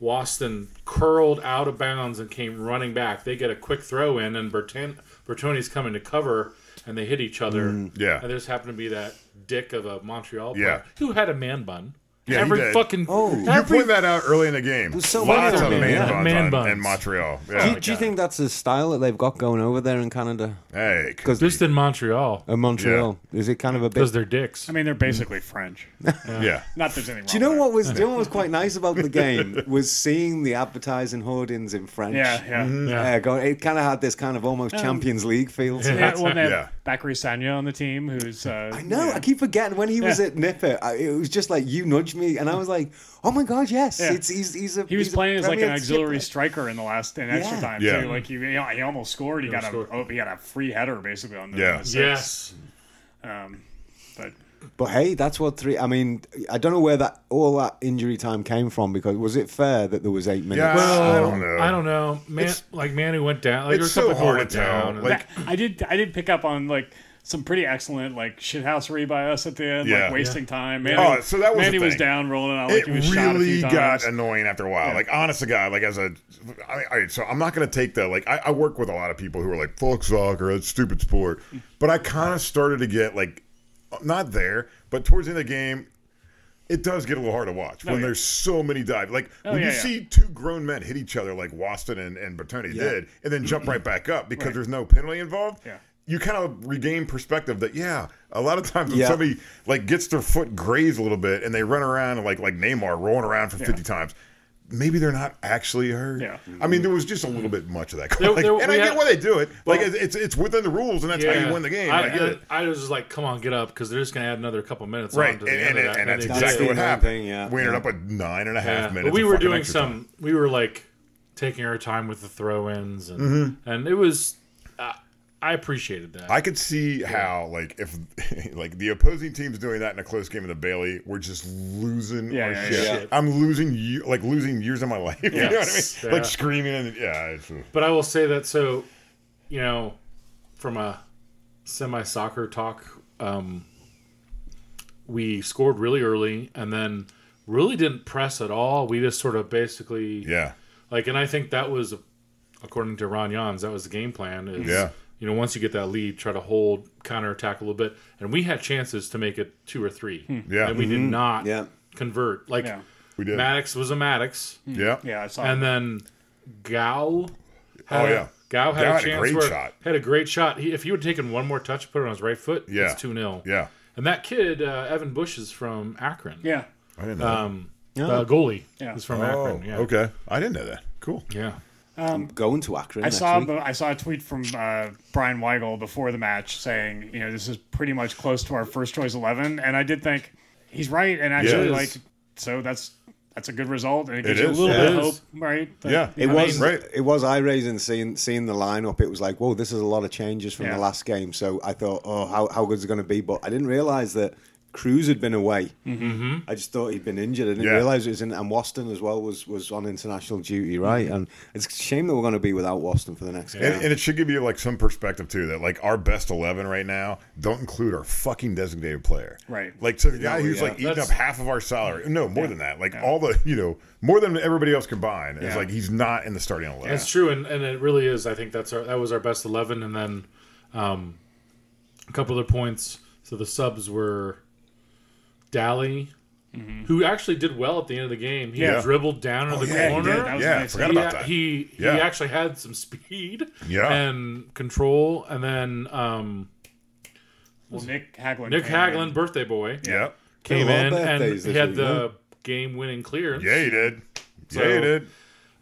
Waston curled out of bounds and came running back. They get a quick throw in and Bertan- Bertoni's coming to cover and they hit each other.
Mm, yeah.
And there's happened to be that dick of a Montreal player
Yeah.
who had a man bun.
Yeah, he
every
did.
fucking
Oh. You
You
every
pointed that out early in the game.
There's so many
Lots
of
of
them,
man,
yeah.
buns,
Man
on-
buns.
in Montreal.
Do,
Yeah.
you- do you think that's the style that they've got going over there in Canada?
hey, c-
Because
just in Montreal
in Montreal, is it kind of a bit
because they're dicks.
I mean, they're
Mm.
basically French.
yeah.
Not that there's anything wrong
Do you know
with
what was do you know what was quite nice about the game was seeing the advertising hoardings in French.
Yeah, yeah.
Mm-hmm.
Mhm.
Yeah.
Uh, going, it kind of had this kind of almost Champions League feel to
it.
it.
Yeah, well, they
Yeah.
have Bakary Sanya on the team, who's. Uh,
I know. I keep forgetting when he was
Yeah.
at Nipper. I, it was just like you nudged me, and I was like, "Oh my god, yes!
Yeah.
It's he's he's a
He was
he's a
playing as like an
Premier
auxiliary
skipper.
striker in the last in extra
Yeah.
time
Yeah.
too. Like he, he he almost scored. He got a
scored.
oh, he got a free header basically on the,
Yeah.
on the six.
Yes.
Um, but
But hey, that's what three. I mean, I don't know where that all that injury time came from because was it fair that there was eight minutes?
Yeah.
Well,
I don't know.
I don't know. Man, like man who went down. Like,
it's
there
so
was a couple
hard
went
to tell.
down. and-
Like,
I did I did pick up on like some pretty excellent like shithousery by us at the end,
Yeah.
like wasting time. Manny,
Oh, so that was the
Manny was
thing.
down rolling out like
it
he was shot a
really
few
got
times.
annoying after a while. Like, honest to God, like as a, I, all right, so I'm not gonna take that. Like, I, I work with a lot of people who are like, "Fuck soccer, it's a stupid sport," but I kind of started to get like, not there, but towards the end of the game. It does get a little hard to watch when
yeah. Oh,
there's so many dives. Like when
yeah,
you
yeah.
see two grown men hit each other, like Waston and, and Bertoni did, and then jump right back up because there's no penalty involved.
Yeah.
You kind of regain perspective that yeah, a lot of times when
Yeah.
somebody like gets their foot grazed a little bit and they run around and like like Neymar rolling around for 50 times. Maybe they're not actually hurt.
Yeah.
I mean, there was just a little bit much of that.
There-
Like,
there-
and I
we
get
had-
why they do it. Like it's it's it's within the rules, and that's how
Yeah.
you win the game.
I,
I, get it.
I- I was just like, come on, get up, because they're just going to add another couple minutes.
Right,
On
and,
to the
and,
end of
and,
that,
that's
they
That's
exactly
the
did.
what
annoying
happened.
thing, yeah.
We ended up with nine and a half
Yeah.
minutes.
But we
of
were
fucking
doing
extra
some.
time.
We were like taking our time with the throw-ins, and
Mm-hmm.
and it was. Uh, I appreciated that.
I could see how, like, if like the opposing team's doing that in a close game in the Bailey, we're just losing
Yeah,
our
yeah,
shit.
yeah.
I'm losing, ye- like, losing years of my life. you know
Yes.
what I mean? Like
Yeah.
screaming and yeah, it's,
But I will say that so, you know, from a semi soccer talk, um, we scored really early, and then really didn't press at all. We just sort of basically
Yeah.
like, and I think that was, according to Ron Jans, that was the game plan. Is,
Yeah.
You know, once you get that lead, try to hold, counterattack a little bit, and we had chances to make it two or three.
Yeah.
and we did not
Yeah.
convert. Like
Yeah.
We did.
Maddox was a Maddox,
Yeah.
Yeah, I saw.
and
And
then Gao.
Oh,
had a-
yeah.
Gao had
Gao
a chance
great
where
shot.
had a great shot. He, if he would have taken one more touch, put it on his right foot,
Yeah.
it's two 0
Yeah.
And that kid, uh, Evan Bush, is from Akron.
yeah,
I didn't know.
Um, the goalie
Yeah.
is from
oh,
Akron. Yeah.
okay. I didn't know that. Cool.
Yeah.
Going to Akron.
I
next
saw.
week.
I saw a tweet from uh, Brian Weigel before the match saying, you know, this is pretty much close to our first choice eleven, and I did think he's right, and actually,
is.
like, so that's that's a good result, and it gives
It
you a
is,
little
yeah.
bit
It
of
is.
hope, right? that-
Yeah.
It
I
was
mean, right.
it was eye raising seeing seeing the lineup. It was like, whoa, this is a lot of changes from
Yeah.
the last game. So I thought, oh, how how good is it going to be? But I didn't realize that Cruz had been away. Mm-hmm. I just thought he'd been injured. I didn't
Yeah.
realize it was in, and Waston as well was was on international duty,
Mm-hmm.
right? And it's a shame that we're going to be without Waston for the next
And,
game.
and it should give you like some perspective too that like our best eleven right now don't include our fucking designated player.
Right.
Like so the guy who's
yeah.
like eating
That's-
up half of our salary. No, more than that. Like all the you know more than everybody else combined. It's
Yeah.
like he's not in the starting eleven.
That's true, and, and it really is. I think that's our that was our best eleven, and then um, a couple other points. So the subs were Dally, who actually did well at the end of the game. He
Mm-hmm. Oh, Yeah.
dribbled down into the
yeah, he
corner.
did. That was
yeah,
nice.
I forgot
he,
about that.
He he
Yeah.
actually had some speed
Yeah.
and control, and then um,
Well, Nick Haglund.
Nick
came
Haglund,
in.
birthday boy,
yeah.
came
There were a
in
lot of
and
birthdays
he
this
had
week,
the game winning clearance.
Yeah, he did. yeah, he
So-
did.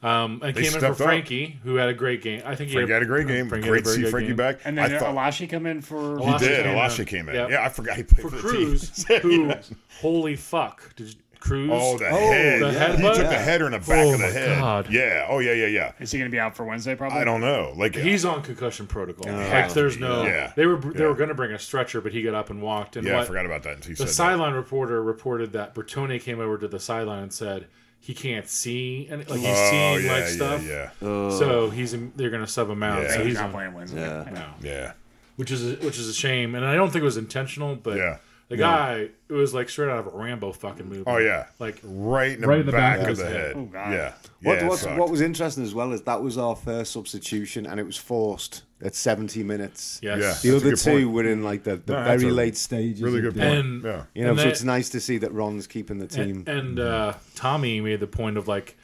Um, and came in for
stepped up.
Frankie, who had a great game. I think he
Frankie had a great game.
Frankie had
great
a
to
very
see
good
Frankie
game.
back.
and
I
then
thought-
Alashi come in for.
he
Olashi
did.
came in.
Alashi came in.
Yep.
Yeah, I forgot he played
for
for, the team.
Cruz, who holy fuck, did you- Cruz?
Oh, the
Oh,
head!
the
he
headbutt?
took the
Yeah.
header in the back
Oh,
of the
my
head.
God.
Yeah. Oh yeah, yeah, yeah.
Is he going to be out for Wednesday? Probably.
I don't know. Like
he's on concussion protocol.
has
like,
to
there's
be.
no.
Yeah.
They were they
Yeah.
were going to bring a stretcher, but he got up and walked. And
yeah, I
what-
forgot about that. He
The
said that.
sideline reporter reported that Bertone came over to the sideline and said he can't see, and like he's
Oh
seeing
yeah,
like stuff.
yeah,
So he's they're going to sub him out.
Yeah.
So
He's
he's
not
on,
playing Wednesday.
Yeah.
No.
yeah, yeah.
which is a, which is a shame, and I don't think it was intentional, but.
Yeah.
The guy, it was like straight out of a Rambo fucking movie.
Oh yeah,
like
right in the,
Right in the
back, of the head.
Oh, God.
Yeah,
What,
yeah. it
what's,
sucked.
what was interesting as well is that was our first substitution, and it was forced at 70 minutes.
yes,
Yeah.
The
That's a
other
good
two
point.
were in like the, the
No, that's
very
a
late stages.
really
of
good
the-
point.
and
Yeah.
You know,
and
so
that-
it's nice to see that Ron's keeping the team.
and, and,
Mm-hmm.
uh, Tommy made the point of like,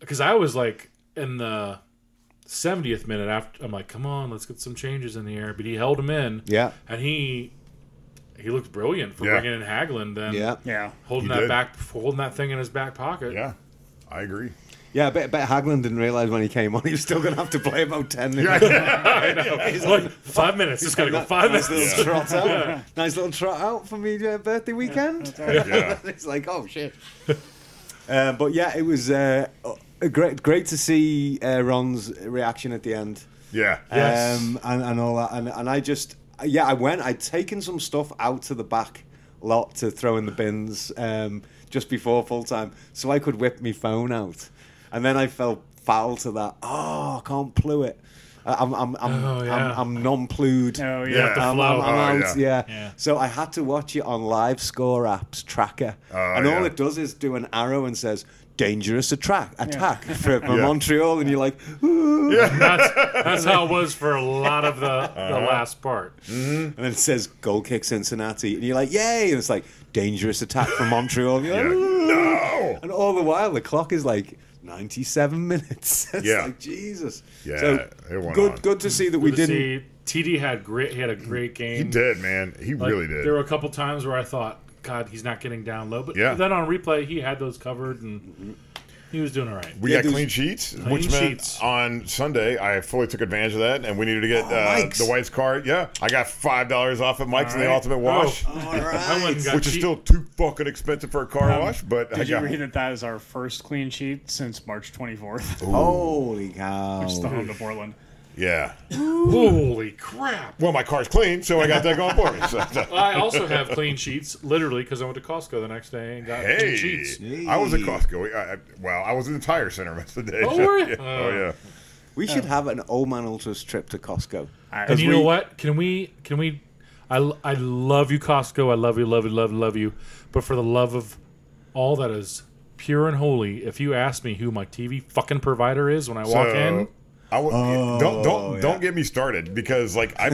because I was like in the seventieth minute after I'm like, come on, let's get some changes in here, but he held him in,
Yeah.
and he he looked brilliant for
Yeah.
bringing in Haglund, then
yeah,
Yeah.
holding
He
that
did.
back, holding that thing in his back pocket,
yeah, I agree.
yeah. I bet, bet Haglund didn't realize when he came on he was still going to have to play about ten minutes.
It's like five minutes, just gotta go five
nice little
minutes.
trot out. Nice little trot out for me uh, birthday weekend.
Yeah,
it's like oh shit. Uh, but yeah, it was uh, uh, great. Great to see uh, Ron's reaction at the end.
yeah,
Yes.
um, and, and all that. And, and I just, yeah, I went. I'd taken some stuff out to the back lot to throw in the bins um, just before full time, so I could whip my phone out. And then I fell foul to that. Oh, I can't plue it. I- I'm, I'm, I'm,
Oh, yeah.
I'm, I'm non-plued.
Oh, yeah.
Yeah.
I'm,
flow.
I'm, I'm
Oh, yeah.
out, yeah.
Yeah.
So I had to watch it on Live Score apps tracker, and all
Oh, yeah.
it does is do an arrow and says "dangerous attrack attack" for, for Montreal, and you're like, "Ooh."
That's, that's how it was for a lot of the, the
Uh-huh.
last part.
Mm-hmm.
And then it says goal kick Cincinnati, and you're like, yay! And it's like dangerous attack from Montreal. And, you're like, "Ooh."
no,
and all the while, the clock is like 97 minutes. It's
Yeah.
like Jesus.
Yeah, it went
good,
on.
good to see that we
Good to
didn't.
see TD had great. He had a great game.
he did, man. He
Like,
really did.
There were a couple times where I thought, God, he's not getting down low. But
Yeah.
then on replay, he had those covered and he was doing all right.
we
Yeah,
got
there's-
clean sheets, which meant
sheets. Oh,
on Sunday I fully took advantage of that, and we needed to get uh,
Mike's.
the White's card. Yeah, I got five dollars off at Mike's in the
Alright.
Ultimate Wash,
Oh,
All right.
I went and got
which is
cheap- Um,
still too fucking expensive for a car wash. But I
Did you
got
read that that is our first clean sheet since March
Oh.
24th?
Holy cow!
Just the home to Portland.
yeah.
holy crap.
Well, my car's clean, so I got that going for me. So,
I also have clean sheets, literally, because I went to Costco the next day and got clean sheets.
Hey, I was at Costco. I, I, well, I was in the tire center most of the day.
Oh, were you?
Yeah. Oh, yeah.
we should have an old man ultras trip to Costco.
And you
we-
know what? Can we? Can we? I, I love you, Costco. I love you, love you, love you, love you. But for the love of all that is pure and holy. If you ask me who my TV fucking provider is when I walk in,
I w- don't don't
Oh, yeah.
don't get me started because like I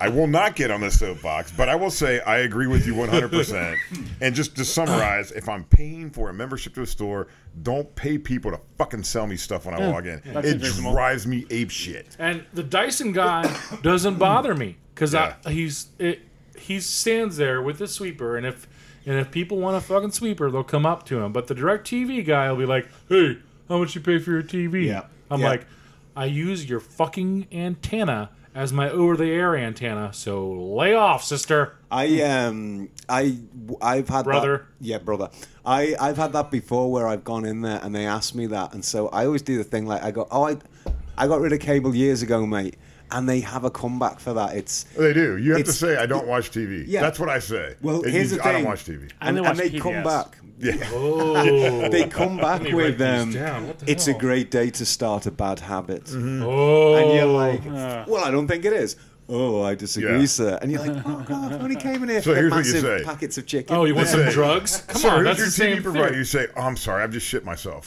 I will not get on the soapbox, but I will say I agree with you 100. percent And just to summarize, if I'm paying for a membership to a store, don't pay people to fucking sell me stuff when I log in.
That
It
seems reasonable.
drives me ape shit.
and the Dyson guy doesn't bother me because
Yeah.
he's it, he stands there with the sweeper, and if and if people want a fucking sweeper, they'll come up to him. But the Direct TV guy will be like, "Hey, how much you pay for your TV?"
Yeah.
I'm
Yeah.
like, I use your fucking antenna as my over-the-air antenna, so lay off, sister.
I um I I've had
Hmm. Brother.
that, yeah brother I I've had that before where I've gone in there and they asked me that and so I always do the thing like I go oh I I got rid of cable years ago mate and they have a comeback for that it's
They do. You have to
It's-
say I don't watch TV.
Yeah.
That's what I say.
Well,
And
here's
you-
the
I don't
thing.
watch TV.
I only
and, and
watch
they come
PBS.
back
Oh,
they come back
me
with
write
um
these down. What the
it's a
hell?
great day to start a bad habit
oh,
and you're like
Uh.
well I don't think it is. Oh, I disagree,
Yeah.
sir. And you're like, oh god, I only came in here
So
for
here's what you
massive
say.
packets of chicken.
oh, you want some
Listen.
drugs? Come
So
on,
who's
Oh, that's the
your TV
same
provider?
thing.
You say, "Oh, I'm sorry, I've just shit myself."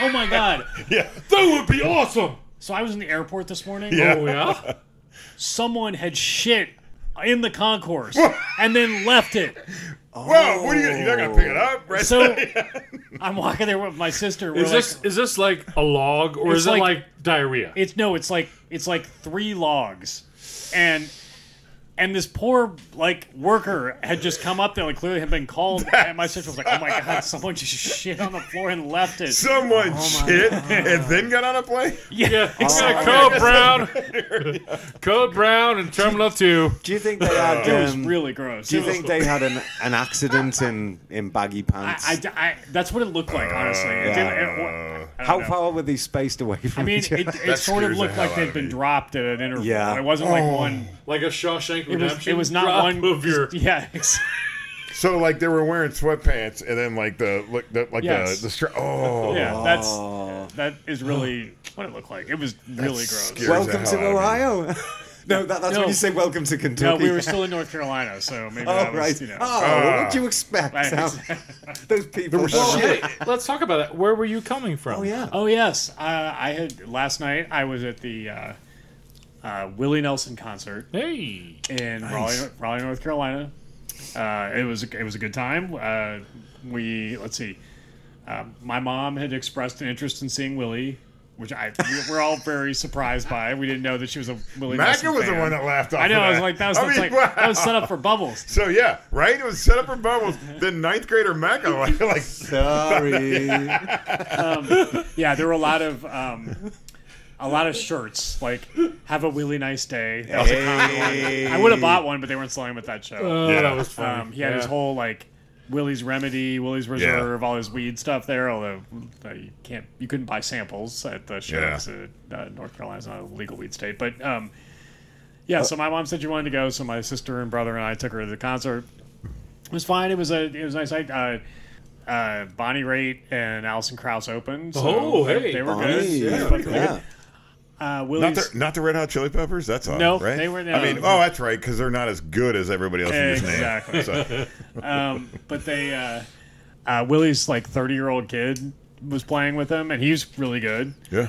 Oh my god!
yeah,
That would be awesome.
So I was in the airport this morning.
Oh yeah.
Someone had shit in the concourse and then left it.
Whoa, what are you? You're not gonna pick it
Oh.
up, right?
So I'm walking there with my sister. We're
Is
like,
this is this like a log or
It's
is it like,
like-
diarrhea?
it's no, it's like it's like three logs, and and this poor like worker had just come up there, like clearly had been called. and my sister was like, "Oh my god, someone just shit on the floor and left it."
Oh
Someone shit and then got on a plane.
yeah, yeah,
Oh,
Code Brown, Code Brown, and Terminal Two.
Do you think they had?
Oh,
it was
um,
really gross.
Do you
It was-
think they had an, an accident in, in baggy pants?
I, I, I- that's what it looked like, honestly. It didn't, it, wa- I don't
How
know.
far were they spaced away from
I mean,
each
it,
other?
it sort
scares the
of looked
hell
like
out
they'd
of
been
me.
dropped at an interval.
Yeah.
It wasn't like one.
Like a
It
Shawshank
was,
Redemption.
it was not
Oh. drop
one.
of your.
Yeah. ex-
So like they were wearing sweatpants and then like the like the like
Yes.
the, the stra- oh
Yeah. That's that is really what it looked like. It was really gross.
scary.
Welcome
Here's the
to
hell out
Ohio. no, that, that's
No.
when you say welcome to Kentucky.
No, we were still in North Carolina, so maybe
Oh,
that was
right.
you know.
oh, what do you expect?
Right.
How- Those people.
Ah. were
Oh,
shit.
Hey, let's talk about that. Where were you coming from?
oh, yeah.
Oh yes, uh, I had last night. I was at the uh, uh, Willie Nelson concert.
Hey.
in Raleigh, Raleigh, North Carolina. Uh, it was it was a good time. Uh, we let's see. Um, my mom had expressed an interest in seeing Willie, which I we- we're all very surprised by. We didn't know that she was a Willie.
Macca
Nelson
was the
fan.
one that laughed off.
I know.
Of
I was
that.
like, that was,
I
that's
mean,
like
wow.
that was set up for bubbles.
So yeah, right. It was set up for bubbles. then ninth grader Macca like, like
Sorry.
Yeah, there were a lot of um, a lot of shirts like "Have a Willie Nice Day." That was a common one. I would have bought one, but they weren't selling them at that show.
Oh,
Yeah.
that was funny.
Um, he had his
Yeah.
whole like Willie's Remedy, Willie's Reserve, all his weed stuff there. Although uh, you can't, you couldn't buy samples at the show.
Yeah.
'cause, uh, uh, North Carolina's not a legal weed state, but um, yeah. so my mom said you wanted to go, so my sister and brother and I took her to the concert. It was fine. It was a, it was nice. I, uh, uh, Bonnie Raitt and Allison Krauss opened. So
Oh,
they-
hey,
they were
Bonnie.
good.
Yeah,
They were good.
yeah.
Uh,
not
Willie's,
the not the Red Hot Chili Peppers. That's all.
Nope,
right?
they were-
I mean,
no.
oh, that's right, because they're not as good as everybody else. you just named.
Exactly.
So,
um, but they uh, uh, Willie's like thirty year old kid was playing with him, and he's really good.
yeah.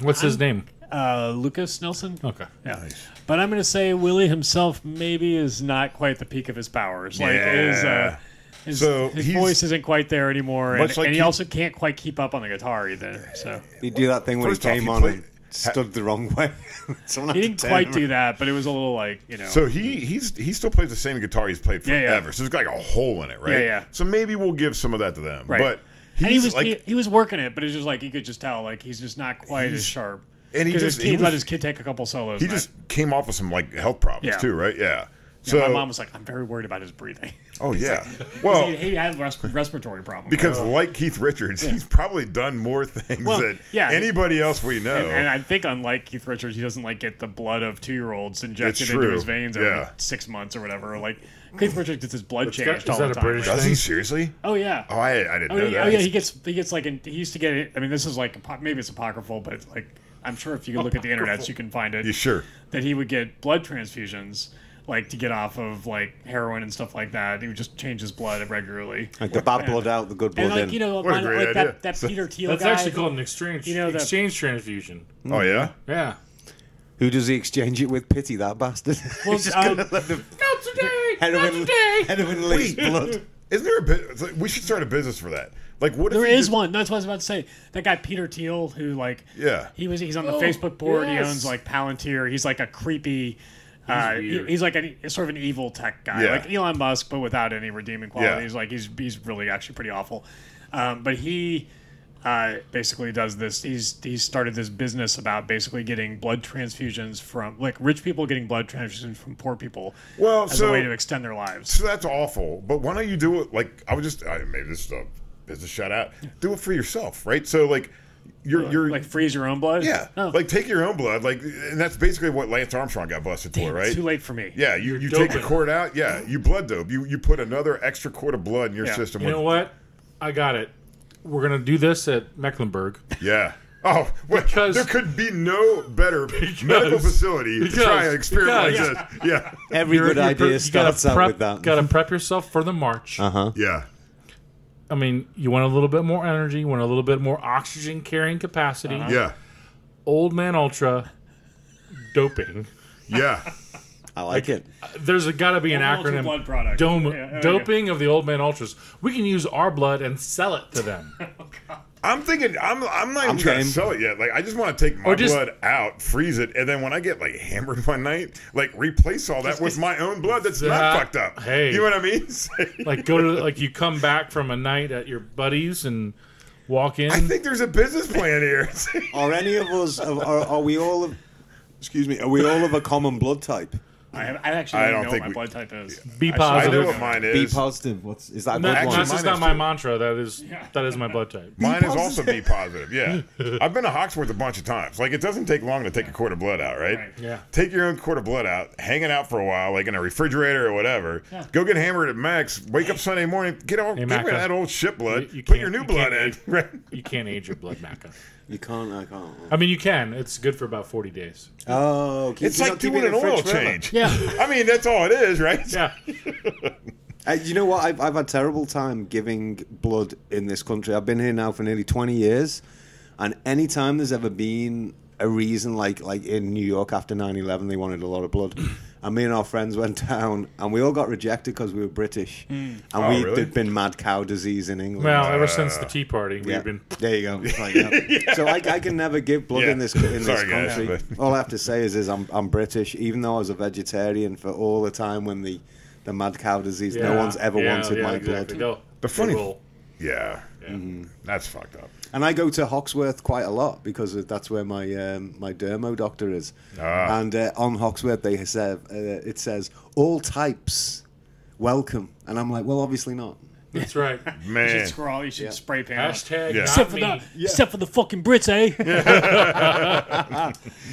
What's his name?
Uh, Lucas Nelson.
Okay.
Yeah. But I'm going to say Willie himself maybe is not quite the peak of his powers. Like his uh,
Yeah.
his,
So
his
he's-
voice isn't quite there anymore, and,
Much like
and he,
he-
also can't quite keep up on the guitar either. So
They do that thing when he
First off,
came
you
on
play-
and stood the wrong way. Someone
he
had to
didn't
turn
quite
him.
do that, but it was a little like you know.
So he he's he still plays the same guitar he's played
Yeah,
forever.
yeah.
So there's like a hole in it, right?
Yeah, yeah.
So maybe we'll give some of that to them.
Right.
But he's
and he was
like
he, he was working it, but it's just like you could just tell like he's just not quite as
He's-
sharp.
and he
'Cause
just-
his
he
kid let
was-
his kid take a couple solos.
he
and I-
just came off with some like health problems
Yeah.
too, right? Yeah. So
Yeah, my mom was like, "I'm very worried about his breathing.
uh, oh yeah. well,
he, he had res- respiratory problems."
because like Keith Richards, he's probably done more things
Well,
than
yeah, he-
anybody else we know.
and, and I think, unlike Keith Richards, he doesn't like get the blood of two-year-olds injected
It's
into
true.
his veins
Yeah.
every six months or whatever. Like Keith Richards gets his blood
got-
changed
is
all
that
the
a
time.
British-
Does he seriously?
Oh yeah.
Oh, I, I didn't
Oh,
know
yeah,
that.
oh yeah, he gets he gets like in, he used to get it. I mean, this is like apo- maybe it's apocryphal, but like I'm sure if you can look at the internet, you can find it.
You sure?
That he would get blood transfusions like to get off of like heroin and stuff like that. He would just change his blood regularly.
Like the bad blood out, the good blood
And like
in.
you know,
What a
like
great idea.
that, that Peter Thiel
That's
guy.
actually called an exchange
You know, the-
exchange transfusion.
Oh
Mm-hmm.
yeah.
Yeah.
Who does he exchange it with? Pity that bastard.
Well,
He's just
um,
gonna let the
Not today.
heroin, heroin leak blood.
Isn't there a bit? it's like, we should start a business for that. Like what?
There
if you
is
just-
one. That's what I was about to say. That guy Peter Thiel, who like,
Yeah.
he was he's on the
Oh,
Facebook board. He
yes.
owns like Palantir. He's like a creepy. uh, he-
weird.
he's like a sort of an evil tech guy,
Yeah.
like Elon Musk, but without any redeeming qualities. Like he's he's really actually pretty awful. Um, but he uh, basically does this. He's he's started this business about basically getting blood transfusions from like rich people getting blood transfusions from poor people
Well,
as
so-
a way to extend their lives.
So that's awful. But why don't you do it like I was just I, maybe this is a business shout out. Do it for yourself, right? So like you're you're
Like freeze your own blood.
yeah,
No.
like take your own blood, like and that's basically what Lance Armstrong got busted for,
Damn, it's
right?
Too late for me.
Yeah, you, you take a
doping.
cord out. Yeah, you blood dope. You you put another extra quart of blood in your
Yeah.
system.
You know what? I got it. We're gonna do this at Mecklenburg.
Yeah. Oh, well,
Because-
there could be no better medical facility to
because-
try an experiment
because-
like this. Yeah,
Every good
You're- you're pre-
idea
you
starts
gotta
out
prep,
with that.
Gotta prep yourself for the march.
yeah.
I mean, you want a little bit more energy. You want a little bit more oxygen carrying capacity.
Uh-huh.
Yeah.
Old man ultra, doping.
Yeah.
I like it.
There's got to be an
Old Man Ultra
acronym.
blood product.
Dome-
Yeah, there you go.
doping of the old man ultras. We can use our blood and sell it to them.
I'm thinking I'm I'm not even
I'm
trying to
game.
sell it yet. Like I just want to take my
Or just-
blood out, freeze it, and then when I get like hammered one night, like replace all that with my own blood that's not
Yeah.
fucked up.
Hey.
You know what I mean? So-
like go to like you come back from a night at your buddies and walk in.
I think there's a business plan here.
Are any of us? Are, are, are we all? Of, excuse me. Are we all of a common blood type?
I, have, I actually
I
don't,
don't
know
think
what
we-
my blood type is.
Be
should-
I
positive.
know what mine
Be
is.
positive. What's is that? a
No,
good
actually,
one?
that's just
mine
not
is
my
too.
mantra. That is that is my blood type.
Mine is
positive.
also be positive. Yeah, I've been to Hawksworth a bunch of times. Like it doesn't take long to take a quart of blood out, right?
Right.
Yeah.
Take your own quart of blood out, hang it out for a while, like in a refrigerator or whatever. Go get hammered at Max. Wake up Sunday morning, get all get
Macca.
rid of that old shit blood.
You- you
put
can't-
your new
you
blood in.
can't-
Right.
You can't age your blood, Maca.
You can't. I can't.
I mean, you can. It's good for about forty days.
Oh, can-
It's
you
like
don't keep
doing
it in
an
the
oil
fridge forever.
change.
Yeah.
I mean, that's all it is, right?
Yeah.
Uh, you know what? I've, I've had terrible time giving blood in this country. I've been here now for nearly 20 years, and any time there's ever been a reason, like like in New York after 9-11, they wanted a lot of blood. And me and our friends went down, and we all got rejected because we were British, and we
really?
there'd been mad cow disease in England.
Well, ever since the Tea Party, we've
Yeah.
been.
There you go. It's like, yeah. So I, I can never give blood
Yeah.
in this in
Sorry,
this
guys,
country.
but-
All I have to say is, is I'm, I'm British, even though I was a vegetarian for all the time when the the mad cow disease. No
Yeah.
one's ever
Yeah,
wanted
yeah,
my
exactly.
blood.
They'll-
The funny-
they will.
Yeah.
Mm-hmm.
That's fucked up.
And I go to Hawksworth quite a lot because that's where my um, my dermo doctor is.
Ah.
And uh, on Hawksworth, they said uh, it says all types welcome, and I'm like, well, obviously not.
That's right.
You
Man.
should scroll. You should spray paint.
Hashtag
Yeah.
Except
not
for
me.
the except for the fucking Brits, eh?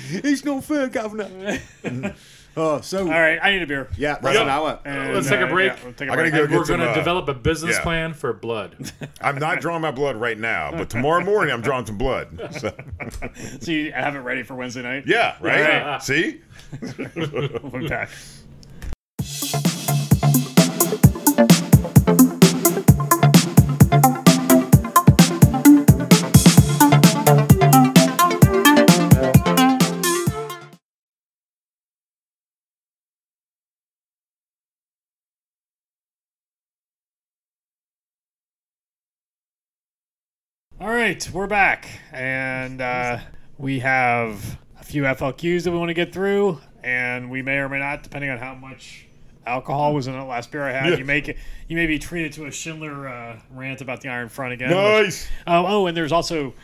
It's not fair, Governor. oh, so
All right, Uh, I need a beer.
yeah, that's an hour.
And,
Let's take a break.
we'll take a
I gotta
break.
go
And
get
we're
some,
going to
uh,
develop a business
yeah.
plan for blood.
I'm not drawing my blood right now, but tomorrow morning I'm drawing some blood. So,
So you have it ready for Wednesday night.
yeah, right?
Yeah.
See?
We'll be back. All right, we're back, and uh, we have a few FLQs that we want to get through, and we may or may not, depending on how much alcohol was in that last beer I had. You make it, you may be treated to a Schindler uh, rant about the Iron Front again. which-
Nice.
Oh, oh, and there's also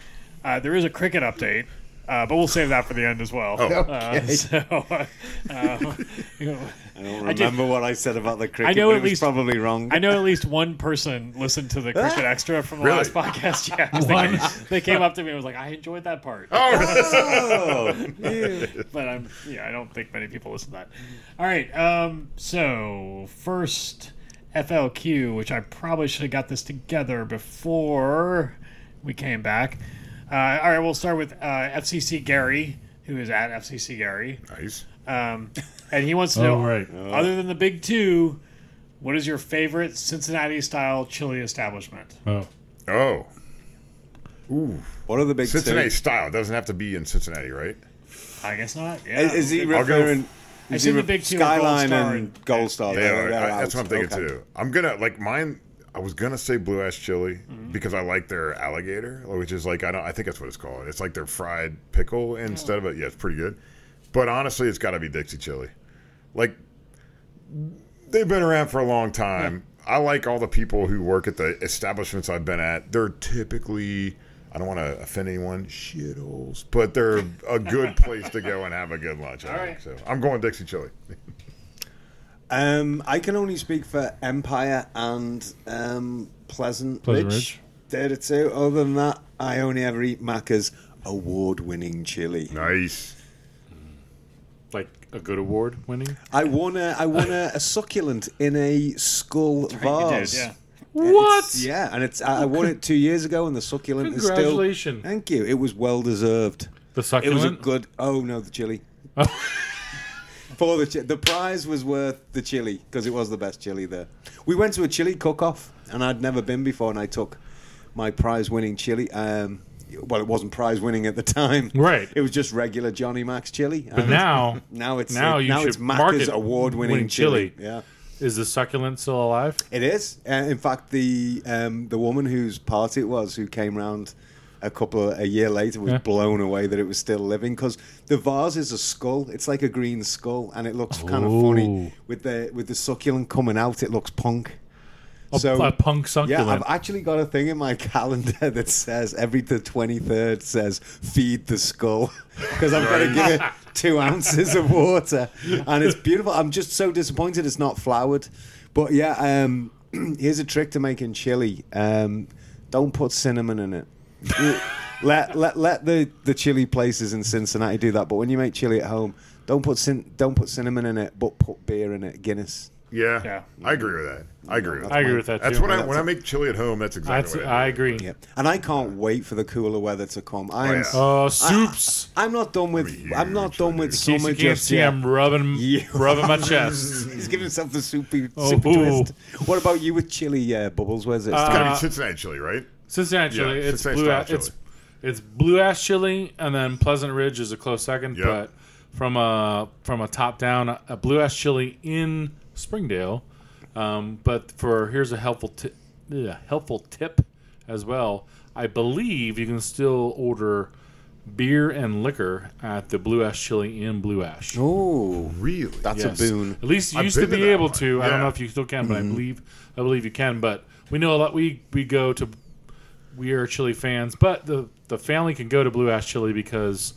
uh, there is a cricket update. Uh, but we'll save that for the end as well.
Oh.
Uh, so, uh, uh, you know,
I don't
did-
remember what I said about the cricket.
I know
but
at
it was
least-
probably wrong.
I know at least one person listened to the cricket extra from the
Really?
last podcast. Yeah, 'cause they, came, they came up to me and was like, "I enjoyed that part,"
Oh, yeah.
but I'm yeah, I don't think many people listen to that. All right, um, so first FLQ, which I probably should have got this together before we came back. Uh, all right, we'll start with uh, FCC Gary, who is at FCC Gary.
Nice.
Um, and he wants to
Oh,
know,
right.
other than the big two, what is your favorite Cincinnati style chili establishment?
Oh,
Oh. Ooh.
What are the big
Cincinnati
two?
style. It doesn't have to be in Cincinnati, right?
I guess not. Yeah.
Is, is he
I'll go-
referring?
I've
is
seen
he
the big two are Gold
Skyline
Star
and Gold Star.
Yeah,
they're- they're
I- that's
out.
what I'm thinking
Okay.
too. I'm gonna like mine. I was gonna say blue ass chili because I like their alligator, which is like I don't. I think that's what it's called. It's like their fried pickle instead of it. Yeah, it's pretty good. But honestly, it's got to be Dixie chili. Like they've been around for a long time. I like all the people who work at the establishments I've been at. They're typically. I don't want to offend anyone, shitholes, but they're a good place to go and have a good lunch. I
All
think. So I'm going Dixie Chili.
Um, I can only speak for Empire and um, Pleasant,
Pleasant
Ridge.
Ridge.
They're the two. Other than that, I only ever eat Macca's award-winning chili.
Nice.
like a good award winning.
I won a I won a, a succulent in a skull
You did,
vase.
yeah.
What? Oh,
It's- yeah, and it's I I won it two years ago, and the succulent is still.
Congratulations.
Thank you. It was well deserved.
The
It was a
succulent.
good. Oh no, the chili. For the chi- the prize was worth the chili because it was the best chili there. We went to a chili cook-off, and I'd never been before, and I took my prize-winning chili. Um, well, it wasn't prize-winning at the time,
Right.
It was just regular Johnny Max chili.
but now,
now it's
now you
now
should
it's
market
Macca's award-winning
winning
chili.
chili.
Yeah.
is the succulent still alive?
It is. Uh, in fact, the um, the woman whose party it was who came round a couple of, a year later was
Yeah.
blown away that it was still living because the vase is a skull. It's like a green skull, and it looks kind of funny
Oh.
with the with the succulent coming out. It looks punk.
A, a punk
Yeah,
succulent.
I've actually got a thing in my calendar that says every the twenty third says feed the skull because I've got to give it two ounces of water, and it's beautiful. I'm just so disappointed it's not flowered, but yeah. Um, here's a trick to making chili: um, don't put cinnamon in it. let let let the the chili places in Cincinnati do that, but when you make chili at home, don't put cin- don't put cinnamon in it, but put beer in it, Guinness.
Yeah,
Yeah.
I agree with that. I agree with
I
that.
agree with that
That's
too.
what I when I make chili at home. That's
That's,
exactly what
I
I, do.
agree.
Yep. And I can't wait for the cooler weather to come. I am
yeah.
so
Uh, soups.
I'm not done with.
Huge,
I'm not done with
In case
summer
you can't
just
see,
yet.
I'm rubbing,
Yeah.
rubbing my chest.
He's giving himself the soupy,
Oh,
super
ooh.
twist. What about you with chili uh, bubbles? Where's it?
It's gotta
Uh,
be Cincinnati chili, right?
Cincinnati
Yeah,
chili. it's
Cincinnati
blue.
style
Ass, it's it's blue ass chili, and then Pleasant Ridge is a close second.
Yep.
But from a from a top down, a, blue ass chili in Springdale. Um, but for here's a helpful tip, yeah, helpful tip as well. I believe you can still order beer and liquor at the Blue Ash Chili in Blue Ash.
oh,
Really?
that's
Yes.
a boon.
At least you
I've
used to
been to
be
that
able
one.
to. I
Yeah.
don't know if you still can, but I
Mm-hmm.
believe I believe you can. But we know a lot. We we go to we are chili fans, but the the family can go to Blue Ash Chili because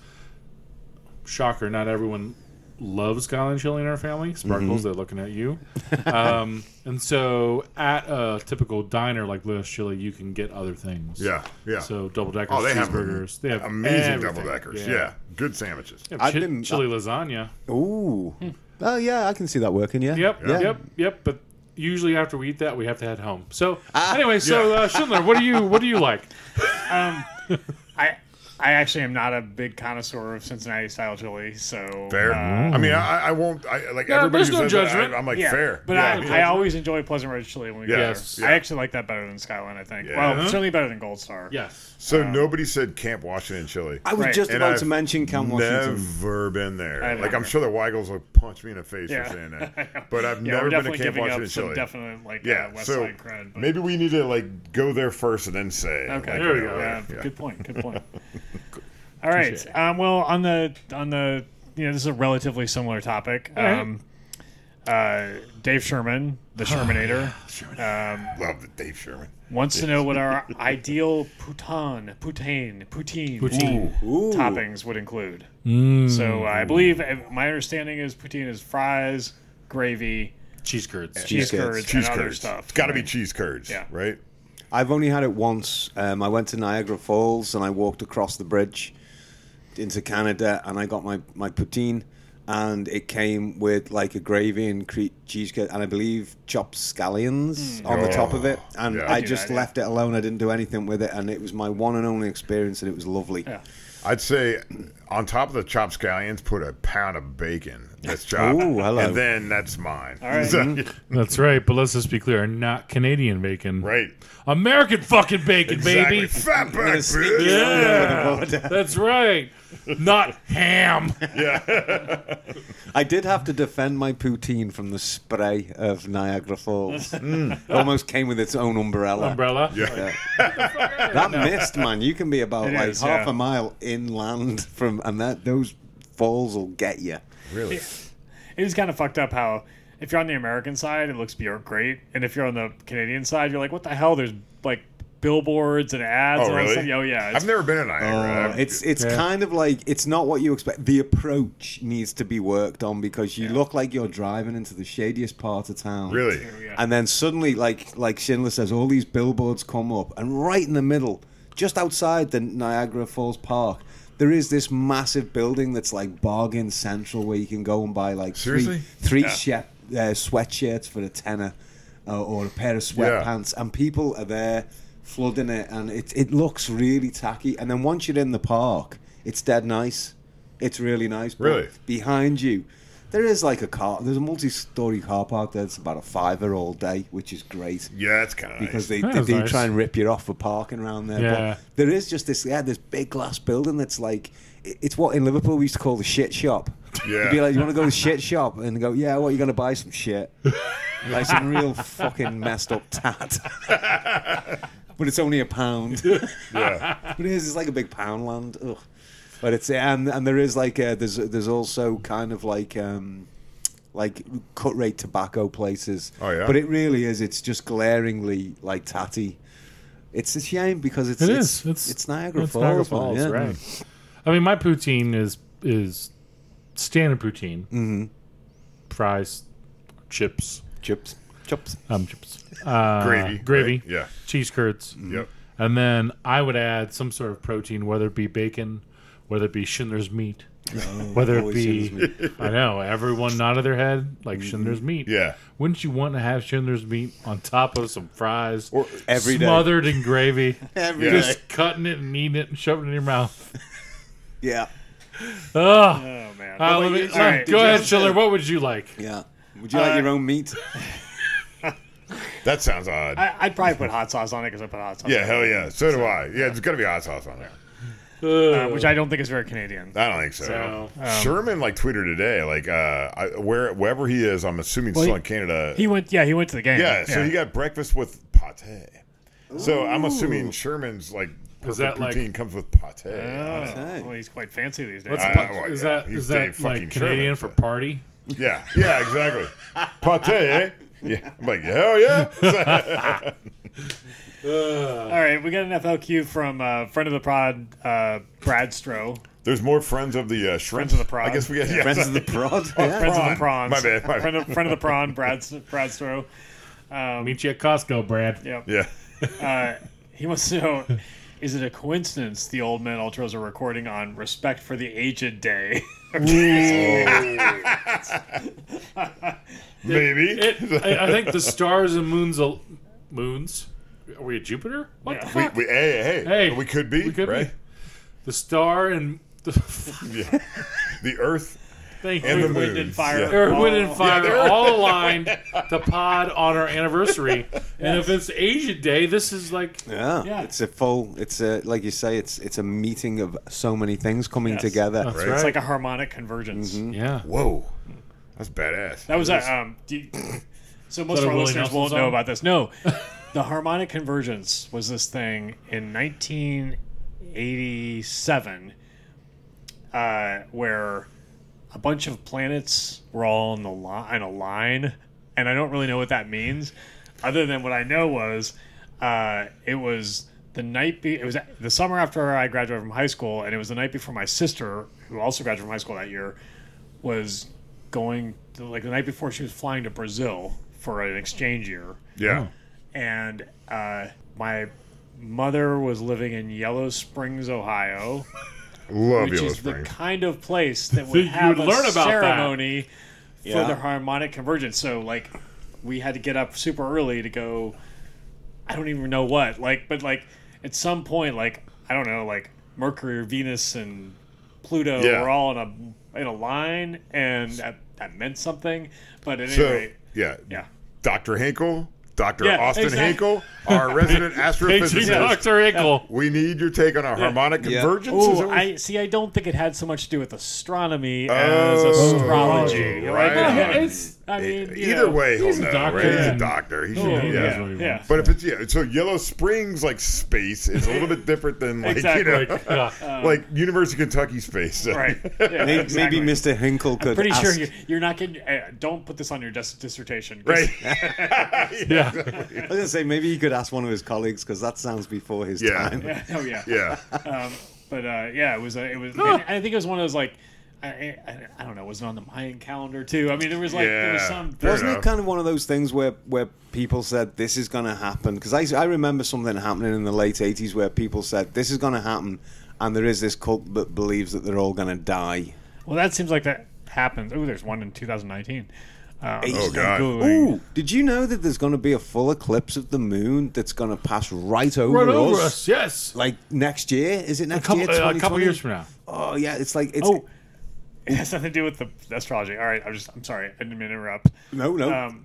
shocker, not everyone loves Guyland chili in our family.
Mm-hmm.
Sparkles, they're looking at you. um, and so at a typical diner like Blue Ash Chili, you can get other things.
yeah, yeah.
So double deckers,
oh, they have
cheeseburgers, they have
amazing
everything.
double deckers. Yeah. good sandwiches.
They have
I've
chi-
been- uh,
chili lasagna.
Ooh. Oh yeah, I can see that working. Yeah.
Yep,
Yeah.
yep, yep. But usually after we eat that, we have to head home. So anyway, so uh, Schindler, what do you what do you like?
I I actually am not a big connoisseur of Cincinnati style chili, so
Fair.
uh,
I mean, I, I won't. I like
Yeah,
everybody
there's
who
no
says that,
judgment.
I, am like
yeah,
fair.
But
yeah,
I, I always enjoy Pleasant Ridge chili when we go
Yes.
there. I actually like that better than Skyline. I think. Well,
Yeah.
certainly better than Gold Star.
Yes.
so nobody said Camp Washington chili.
I was
Right.
just
And
about
I've
to mention Cam Washington.
Never been there.
I know.
Like I'm sure the Weigels will punch me in the face
Yeah.
for saying that. But I've
Yeah,
never
we're
been to
definitely
Camp
giving up
Washington
some
chili.
definite like
yeah,
uh, West
so
Side cred. But,
maybe we need to like go there first and then say.
okay,
like,
There we
you know,
go.
Yeah,
like,
good point. Good point. All right. Um, well, on the on the you know this is a relatively similar topic.
right.
Um, uh, Dave Sherman, the Shermanator,
Love the Dave Sherman.
wants to know what our ideal putan, poutine, poutine,
Poutine.
Ooh.
toppings would include.
Mm.
So I believe eh, my understanding is poutine is fries, gravy,
Cheese curds.
cheese
curds.
curds,
cheese
and other
curds.
stuff.
It's got to be cheese curds,
Yeah.
right?
I've only had it once. Um, I went to Niagara Falls and I walked across the bridge into Canada and I got my, my poutine and it came with like a gravy and cre- cheesecake and I believe chopped scallions on the
Oh,
top of it. And
yeah.
I
I
do
just
that, yeah.
left it alone. I didn't do anything with it and it was my one and only experience and it was lovely.
Yeah.
I'd say on top of the chopped scallions, put a pound of bacon that's chopped,
Ooh, hello.
and then that's mine. All
right. Mm-hmm.
That's right. But let's just be clear: not Canadian bacon,
right,
American fucking bacon,
exactly.
baby.
Fatback,
sneak
bitch.
it
Yeah, that's right. Not ham.
I did have to defend my poutine from the spray of Niagara Falls. It almost came with its own umbrella.
Umbrella.
Yeah. that mist, man. You can be about
It
like
is,
half
yeah.
a mile inland from, and that those falls will get you.
Really?
It is kind of fucked up how if you're on the American side, it looks be- uh, great, and if you're on the Canadian side, you're like, what the hell? There's like billboards and ads.
Oh,
and all this
really?
stuff. Oh yeah.
I've
It's, Oh,
never been in Niagara.
Uh, it's it's kind of like it's not what you expect. The approach needs to be worked on because you look like you're driving into the shadiest part of town.
really.
And then suddenly, like like Schindler says, all these billboards come up, and right in the middle, just outside the Niagara Falls Park, there is this massive building that's like Bargain Central, where you can go and buy like
Seriously?
three three she- uh, sweatshirts for a tenner, uh, or a pair of sweatpants, and people are there flooding it, and it it looks really tacky. And then once you're in the park, it's dead nice. It's really nice. but
Really?
behind you. There is like a car. There's a multi-story car park there. It's about a fiver all day, which is great
Yeah, that's kind of
because
nice.
they,
That
they
is
do
nice.
try and rip you off for parking around there.
Yeah.
But there is just this yeah this big glass building that's like it- it's what in Liverpool we used to call the shit shop.
Yeah.
You'd be like, you want to go to the shit shop and go, yeah, what you going to buy some shit, like some real fucking messed up tat. but it's only a pound.
yeah.
But it is. It's like a big pound land. Ugh. But it's and and there is like uh there's there's also kind of like um like cut rate tobacco places.
Oh, yeah?
But it really is. It's just glaringly like tatty. It's a shame because it's
It
it's
is. It's
it's Niagara
it's
Falls.
Niagara
man,
Falls,
yeah.
right? I mean, my poutine is is standard poutine, mm-hmm. fries, chips,
Chips, chips.
um, chips, uh,
Gravy,
gravy,
right? Yeah.
cheese curds,
Yep.
and then I would add some sort of protein, whether it be bacon, whether it be Schindler's meat, whether it
always
be
Schindler's
I know everyone nodded their head like Schindler's meat.
Yeah.
wouldn't you want to have Schindler's meat on top of some fries?
Or
Every day.
smothered in gravy,
Every
Yeah.
day.
just cutting it and eating it and shoving it in your mouth.
Yeah.
Ugh.
oh man.
Uh, let me-
All
sorry,
right.
Go ahead, Schiller. What would you like?
Yeah. Would you like
Uh,
your own meat?
that sounds odd.
I, I'd probably put hot sauce on it because I put hot sauce.
yeah,
on
hell yeah. So do I. Yeah, there's got to be hot sauce on there.
it, uh, which I don't think is very Canadian.
I don't think so.
So,
Um,
Sherman like tweeted today, like uh, I, where wherever he is, I'm assuming
Well,
still
he-
in Canada.
He went. Yeah, he went to the game.
yeah, so he got breakfast with pate. So I'm assuming Sherman's like perfect
that, like-
poutine comes with pate. on it.
Oh, well, he's quite fancy these days. Uh,
what's
I-
pa-
I-
is
yeah,
that
he's
is that
Dave fucking
like Canadian
Sherman.
for party?
Yeah, yeah, exactly. pate. eh? Yeah, I'm like hell yeah.
All right, we got an FLQ from uh, friend of the prod, uh, Brad Stroh.
There's more friends of the uh, shrimp.
Friends of the prod.
I guess we got yeah,
Friends of the prod.
Friends
Yeah.
of the
Prawn.
prawns.
My bad, my bad.
Friend, of, friend of the prawn, Brad, Brad Stroh.
Meet you at Costco, Brad.
Yep.
yeah.
He wants to know is it a coincidence the old men ultras are recording on Respect for the Aged Day?
Maybe.
It, I, I think the stars and moons al- moons. Are we at Jupiter? What the
we,
fuck?
we, hey, hey,
Hey,
we could be,
we could be.
right?
The star and the
Yeah. the Earth.
thank
And
you.
the
Wind
moon.
and fire.
Yeah.
Earth, Er, wind, and
Oh.
fire
they're-
all aligned to pod on our anniversary. And if it's Asia Day, this is like
Yeah.
Yeah.
It's a full. It's a like you say. It's it's a meeting of so many things coming
Yes.
together.
that's
Right. Mm-hmm.
right.
It's like a harmonic convergence.
oh, yeah.
Whoa, that's badass.
That was a. Um, do you- so most of
that a
our
Willie
listeners
Nelson
won't
song?
know about this. No, the harmonic convergence was this thing in 1987, uh, where a bunch of planets were all on the line, on a line, and I don't really know what that means, other than what I know was uh, it was the night. Be- it was the summer after I graduated from high school, and it was the night before my sister, who also graduated from high school that year, was going to, like the night before she was flying to Brazil for an exchange year,
yeah.
and uh, my mother was living in Yellow Springs, Ohio,
Love
which
Yellow
is
Springs.
the kind of place that
you
would have a
would learn about that.
ceremony
Yeah.
for the harmonic convergence. So like, we had to get up super early to go. I don't even know what like, but like at some point, like I don't know, like Mercury or Venus and Pluto
Yeah.
were all in a in a line, and that, that meant something. But at any
So,
rate,
yeah,
yeah,
Dr. Hinkle, Dr.
Yeah,
Austin
exactly.
Hinkle, our resident
Paging
astrophysicist.
Dr. Inkle.
We need your take on a harmonic
Yeah.
convergence. is that
Oh,
what-
I see. I don't think it had so much to do with astronomy as astrology.
Oh,
Like,
right.
yeah,
It's-
I mean, you
Either
know,
way, he'll
he's a
know,
doctor.
right? He's a
Yeah.
doctor. He should
oh,
know.
he knows
yeah,
what he
yeah.
wants.
But if it's yeah, so Yellow Springs like space is a little bit different than like
Exactly. Um,
you know,
Like, uh, yeah.
like University of Kentucky space. So-
right. Yeah,
Maybe,
exactly.
maybe Mr. Hinkle could.
Pretty
ask,
sure you're, you're not getting. Uh, don't put this on your dis- dissertation. 'cause-
Right.
yeah.
I was gonna say maybe he could ask one of his colleagues because that sounds before his
Yeah.
time.
Yeah, oh yeah.
Yeah.
Um, but uh, yeah, it was. A, it was.
Ah!
and I think it was one of those like. I, I, I don't know. Was it on the Mayan calendar too? I mean, there was like there was
Yeah.
some.
Fair
Wasn't
enough.
it kind of one of those things where, where people said this is going to happen? Because I, I remember something happening in the late 80s where people said this is going to happen, and there is this cult that believes that they're all going to die.
Well, that seems like that happens. Oh, there's one in 2019. Um,
Oh,
God.
Googling.
Ooh, did you know that there's going to be a full eclipse of the moon that's going to pass right over,
Right over
us?
us. Yes.
Like next year? Is it
A
next
couple,
year?
uh, a couple
2020?
years from now.
Oh, yeah. It's like, it's.
Oh, it has nothing to do with the astrology. All right, I'm just. I'm sorry. I didn't mean to interrupt.
No, no.
Um,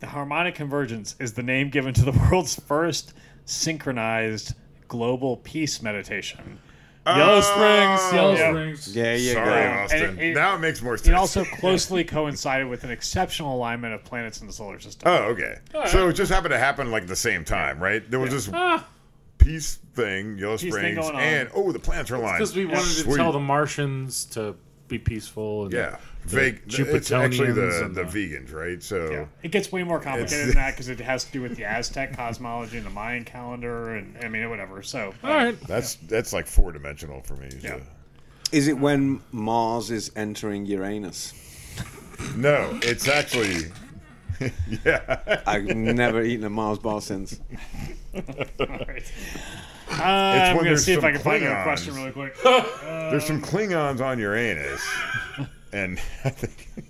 the harmonic convergence is the name given to the world's first synchronized global peace meditation. Yellow Springs.
Yellow
Yeah.
Springs.
yeah, yeah,
Sorry,
yeah.
Austin.
And it-
now it makes more sense.
It also closely coincided with an exceptional alignment of planets in the solar system.
oh, okay. So it just happened to happen like the same time, right? There was this
Ah,
peace thing, Yellow
Peace thing
Springs,
going on.
and oh, the planets are aligned.
because we wanted to
Sweet.
tell the Martians to be peaceful. And
yeah, Vague, it's
Jupiterians
actually the,
and
the
the-
vegans, right? So
Yeah. It gets way more complicated than that because it has to do with the Aztec cosmology and the Mayan calendar and I mean whatever. So
All right.
that's that's like four dimensional for me. So.
Is it when Mars is entering Uranus?
No, it's actually yeah,
I've never eaten a Mars bar since.
Alright. Um, I'm gonna
there's
see if
some
I can find
Klingons.
a question really quick.
there's some Klingons on Uranus, and I think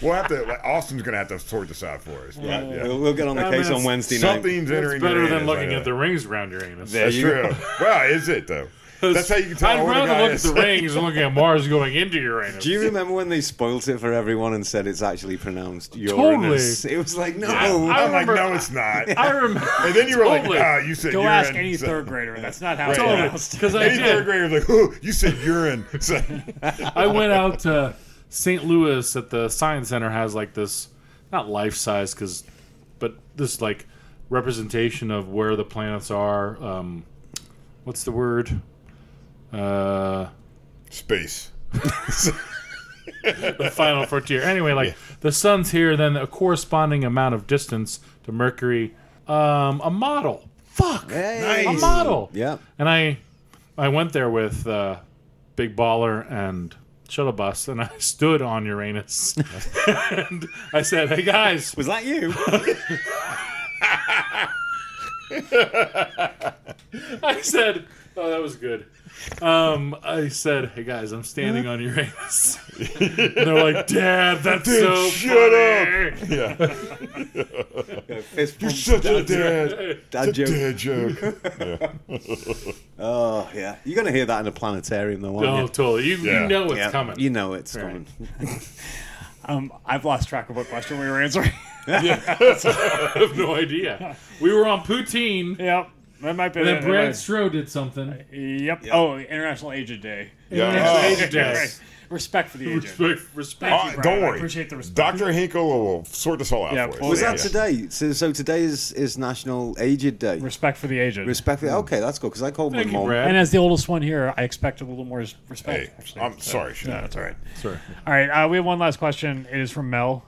we'll have to. Like, Austin's gonna have to sort this out for us. But, yeah.
We'll, we'll get on the
I mean,
case on
it's
Wednesday night.
Something's
That's
entering
better
Uranus,
than
I
looking
know.
at the rings around Uranus.
There
That's
you
true.
go.
well, is it though? That's how you can tell.
I'd
where the
rather
guy
look
is.
at the rings and looking at Mars going into Uranus.
Do you remember when they spoilt it for everyone and said it's actually pronounced Uranus? It was like, no.
I
I'm like,
remember-
no, it's not.
I remember.
and then you were
Totally.
like, ah, you said
Go
urine.
ask any
so-
third grader. That's not how it's
Totally.
pronounced.
Because I
Any third
did.
grader was like, oh, you said urine. So,
I went out to St. Louis at the Science Center. Has like this, not life size, because, but this like representation of where the planets are. Um, what's the word? Uh,
space.
the final frontier. Anyway, like the sun's here, then a corresponding amount of distance to Mercury. Um, a model. Fuck.
Hey.
A model.
Yeah.
And I, I went there with uh, Big Baller and Shuttle Bus, and I stood on Uranus, and I said, "Hey guys,
Was that you?
I said, oh, that was good." Um, I said, "Hey guys, I'm standing on Uranus." and they're like, "Dad, that's
Dude,
so
shut
funny."
Yeah.
Fist
You're such
bump,
a
dad,
dad.
dad joke.
Dad joke.
Oh, yeah. You're going to hear that in a planetarium, though, aren't
Oh,
you?
totally. You,
Yeah.
you know it's
Yeah.
coming.
You know it's coming.
Um, I've lost track of what question we were answering.
I have no idea. We were on poutine,
yep. That might be
and
it.
then
That
Brad
might-
Stroh did something.
Yep. Oh, International Aged Day.
Yeah.
Aged Day.
Right. Respect for the aged.
Respect, respect.
Uh,
Brian.
don't
I
worry.
appreciate the response.
Dr. Hinkle will sort this all out
Yeah,
for us.
Oh,
well,
Was
Yeah,
that today? So, so today is, is National Aged Day.
Respect for the aged.
Respect. Okay, that's good because I called
Mm. Thank
my
you,
mom.
Brad.
and as the oldest one here, I expect a little more respect.
Hey,
actually.
I'm
So-
sorry. Shane.
No, that's all right.
Sorry.
All right, uh, we have one last question. It is from Mel,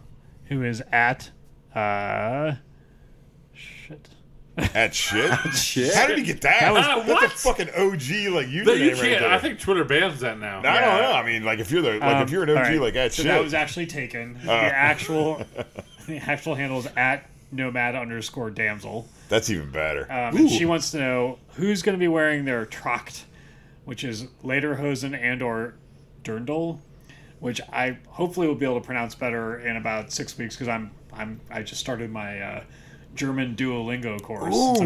who is at uh, shit.
At shit.
Shit.
How did he get that?
Ah,
That's a
what?
fucking OG like username
But you
right
can't.
there.
I think Twitter bans that now.
I
Yeah.
don't know. I mean, like if you're the like if you're an
Um,
OG
all right,
like at
so
shit. Uh.
that was actually taken. the actual the actual handle is at nomad underscore damsel.
that's even better.
Um, and she wants to know who's going to be wearing their tracht, which is lederhosen and or dirndl, which I hopefully will be able to pronounce better in about six weeks because I'm I'm I just started my uh, German Duolingo course.
Ooh.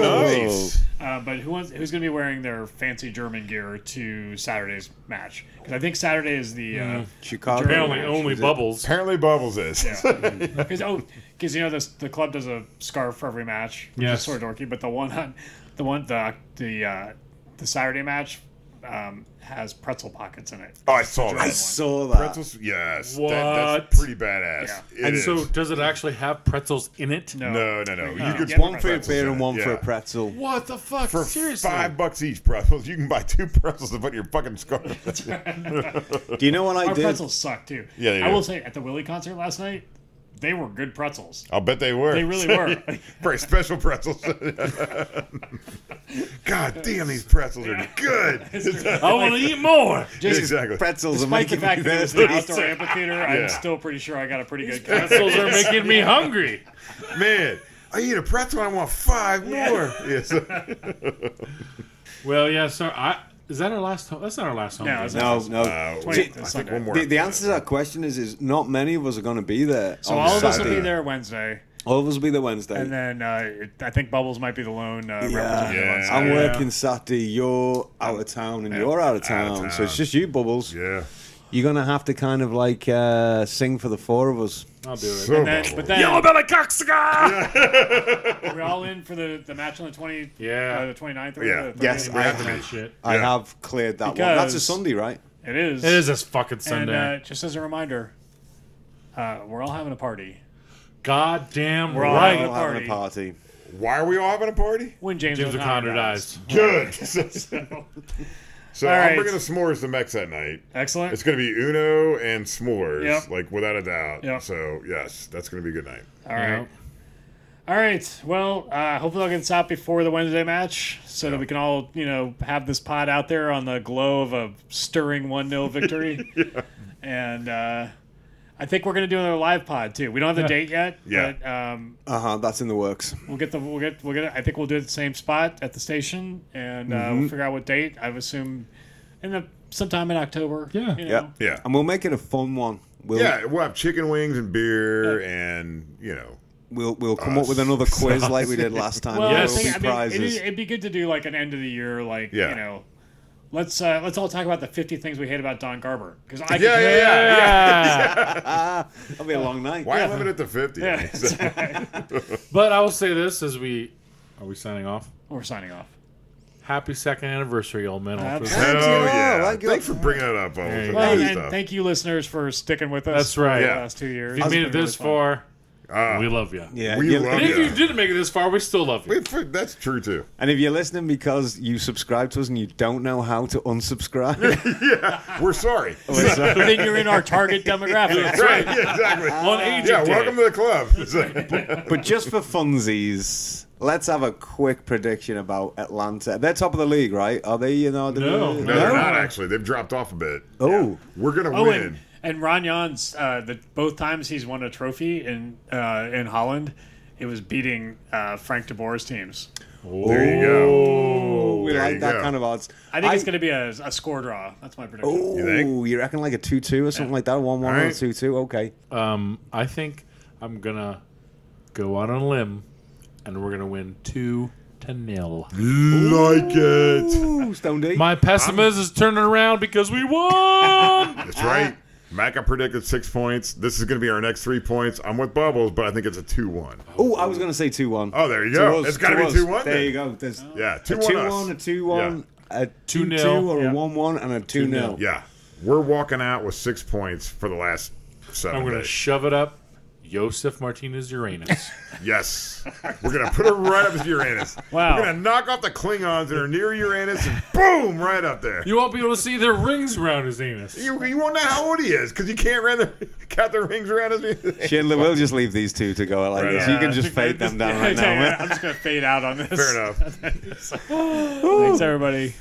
nice.
Uh, but who wants, who's going to be wearing their fancy German gear to Saturday's match? Because I think Saturday is the uh,
Chicago.
Apparently, only bubbles.
Apparently, Bubbles is.
Because oh, because you know this, the club does a scarf for every match, which
Yes.
is sort of dorky. But the one on, the one the the uh, the Saturday match um, has pretzel pockets in it.
oh, I saw
I
that.
saw that.
Pretzels, yes. That, that's
What?
pretty badass.
Yeah.
It
and
is.
so, does it actually have pretzels in it?
No,
no, no, no. You could
get
One for a
pretzels
beer
in
and
it,
one for
yeah.
a pretzel.
What the fuck?
For
Seriously?
five bucks each pretzels, you can buy two pretzels to put in your fucking scarf.
Do you know what I
our
did?
pretzels suck too.
Yeah, they
I
do.
will say at the Willie concert last night, they were good pretzels.
I'll bet they were.
They really were.
Very special pretzels. God damn, these pretzels are good.
I want to eat more.
Just
exactly.
Pretzels are
despite the
making
fact
me
that it was an
thirsty.
outdoor amphitheater,
Yeah.
I'm still pretty sure I got a pretty good cut.
pretzels are making me hungry.
Man, I eat a pretzel and I want five more. Yes.
Well, yeah. So, I is that our last home? That's not our last home.
No,
game.
it's not.
No, no.
Uh,
Twenty-
See,
it's
I think
Sunday.
one more.
the, the answer to that question is is not many of us are going to be there.
So all of us will be there Wednesday,
All of us will be there Wednesday.
and then uh, it, I think Bubbles might be the lone uh, representative.
Yeah.
On
I'm
Saturday.
Yeah.
working Saturday. You're out of town, and you're out of town,
out of
So it's
town.
just you, Bubbles.
Yeah.
You're gonna have to kind of like uh, sing for the four of us.
I'll do it.
So
Then-
much.
but then
Yellow belly cocksucker.
we're all in for the, the match on the twenty.
Yeah.
uh, the 29th. Or
Yeah.
The 30th?
Yes, I have,
That shit.
I
Yeah.
have cleared that one. That's a
Because-
Sunday, right?
it is.
It is this fucking
And
Sunday.
uh, just as a reminder, uh, we're all having a party
God damn
all
right.
having
We're having a party.
Why are we all having a party?
when James,
James O'Connor dies.
Good. so I'm
right.
bringing the s'mores to Mex that night.
Excellent.
It's going to be Uno and s'mores,
Yep.
like without a doubt.
Yep.
So, yes, that's going to be a good night.
all right. All right. Well, uh, hopefully I'll get this out before the Wednesday match so that we can all, you know, have this pod out there on the glow of a stirring 1 0 victory. And uh, I think we're going to do another live pod, too. We don't have the date yet,
Yeah.
but um,
Uh huh. That's in the works.
we'll get the, we'll get, we'll get, I think we'll do it at the same spot at the station and uh,
Mm-hmm.
we'll figure out what date. I've assumed in the, sometime in October.
Yeah.
You know.
Yep.
Yeah.
And we'll make it a fun one. We'll
Yeah, we'll have chicken wings and beer and, you know.
we'll we'll come up with another quiz like we did last time.
Well,
Yes.
I
There'll
think,
be
I mean, it'd,
prizes.
it'd be good to do like an end of the year, like
Yeah.
you know, let's uh, let's all talk about the 50 things we hate about Don Garber because I could-
Yeah, yeah, yeah. yeah.
That'll be a long night.
Why limit it to 50?
Yeah.
But I will say this as we are we signing off.
we're signing off.
Happy second anniversary, old man. All for the-
Absolutely.
Oh,
you.
yeah.
Thank you.
Thanks for bringing it up.
you
Bubbles.
go.
That
And,
good
and
stuff.
thank you, listeners, for sticking with us.
That's right.
for
Yeah.
The last two years.
If you
It's
made
been
it this
really fun.
far,
Ah.
we love you.
Yeah.
We
you-
love
And if
Yeah.
you didn't make it this far, we still love you.
Wait, for- That's true, too.
And if you're listening because you subscribe to us and you don't know how to unsubscribe,
We're sorry.
then you're in our target demographic.
right. Yeah, exactly.
On agent
yeah,
day.
welcome to the club. It's like-
uh, but just for funsies, let's have a quick prediction about Atlanta. They're top of the league, right? Are they? You know,
No.
no,
no, they're not actually. They've dropped off a bit.
Oh.
We're gonna
Oh,
win.
and, and Ron Jans, uh, the both times he's won a trophy in uh, in Holland, it was beating uh, Frank de Boer's teams.
there you go.
Oh, we
There you
like that
go.
kind of odds.
I think it's going to be a, a score draw. That's my prediction.
Oh, you,
think?
reckon like a two-two or something like that? One-one or
Alright.
two-two? Okay.
Um, I think I'm gonna go out on a limb, and we're gonna win two to nil.
Like it.
Ooh, Stone D.
My pessimism is turning around because we won.
That's right. Maca Ah. predicted six points. This is gonna be our next three points. I'm with Bubbles, but I think it's a two-one.
oh, I was going to say two-one.
Oh, there you
To
go.
us,
it's gotta
to
be
us.
two-one.
There
then.
you go. There's
Yeah,
a
two-one. us.
two-one, a two-one, a two-two,
Two-nil.
or
Yeah.
a one-one, and a two-nil.
Yeah. We're walking out with six points for the last 7
I'm gonna
days.
shove it up, Joseph Martinez Uranus.
yes. We're gonna put it right up to Uranus.
Wow.
We're gonna knock off the Klingons that are near Uranus and boom, right up there.
you won't be able to see their rings around his anus.
You, you won't know how old he is because you can't run the, count the rings around his.
Schindler, we'll just leave these two to go like this.
Yeah,
you can
I
just
think I
fade them down
yeah,
right
yeah,
now,
yeah,
man.
I'm just gonna fade out on this.
Fair enough.
Thanks everybody.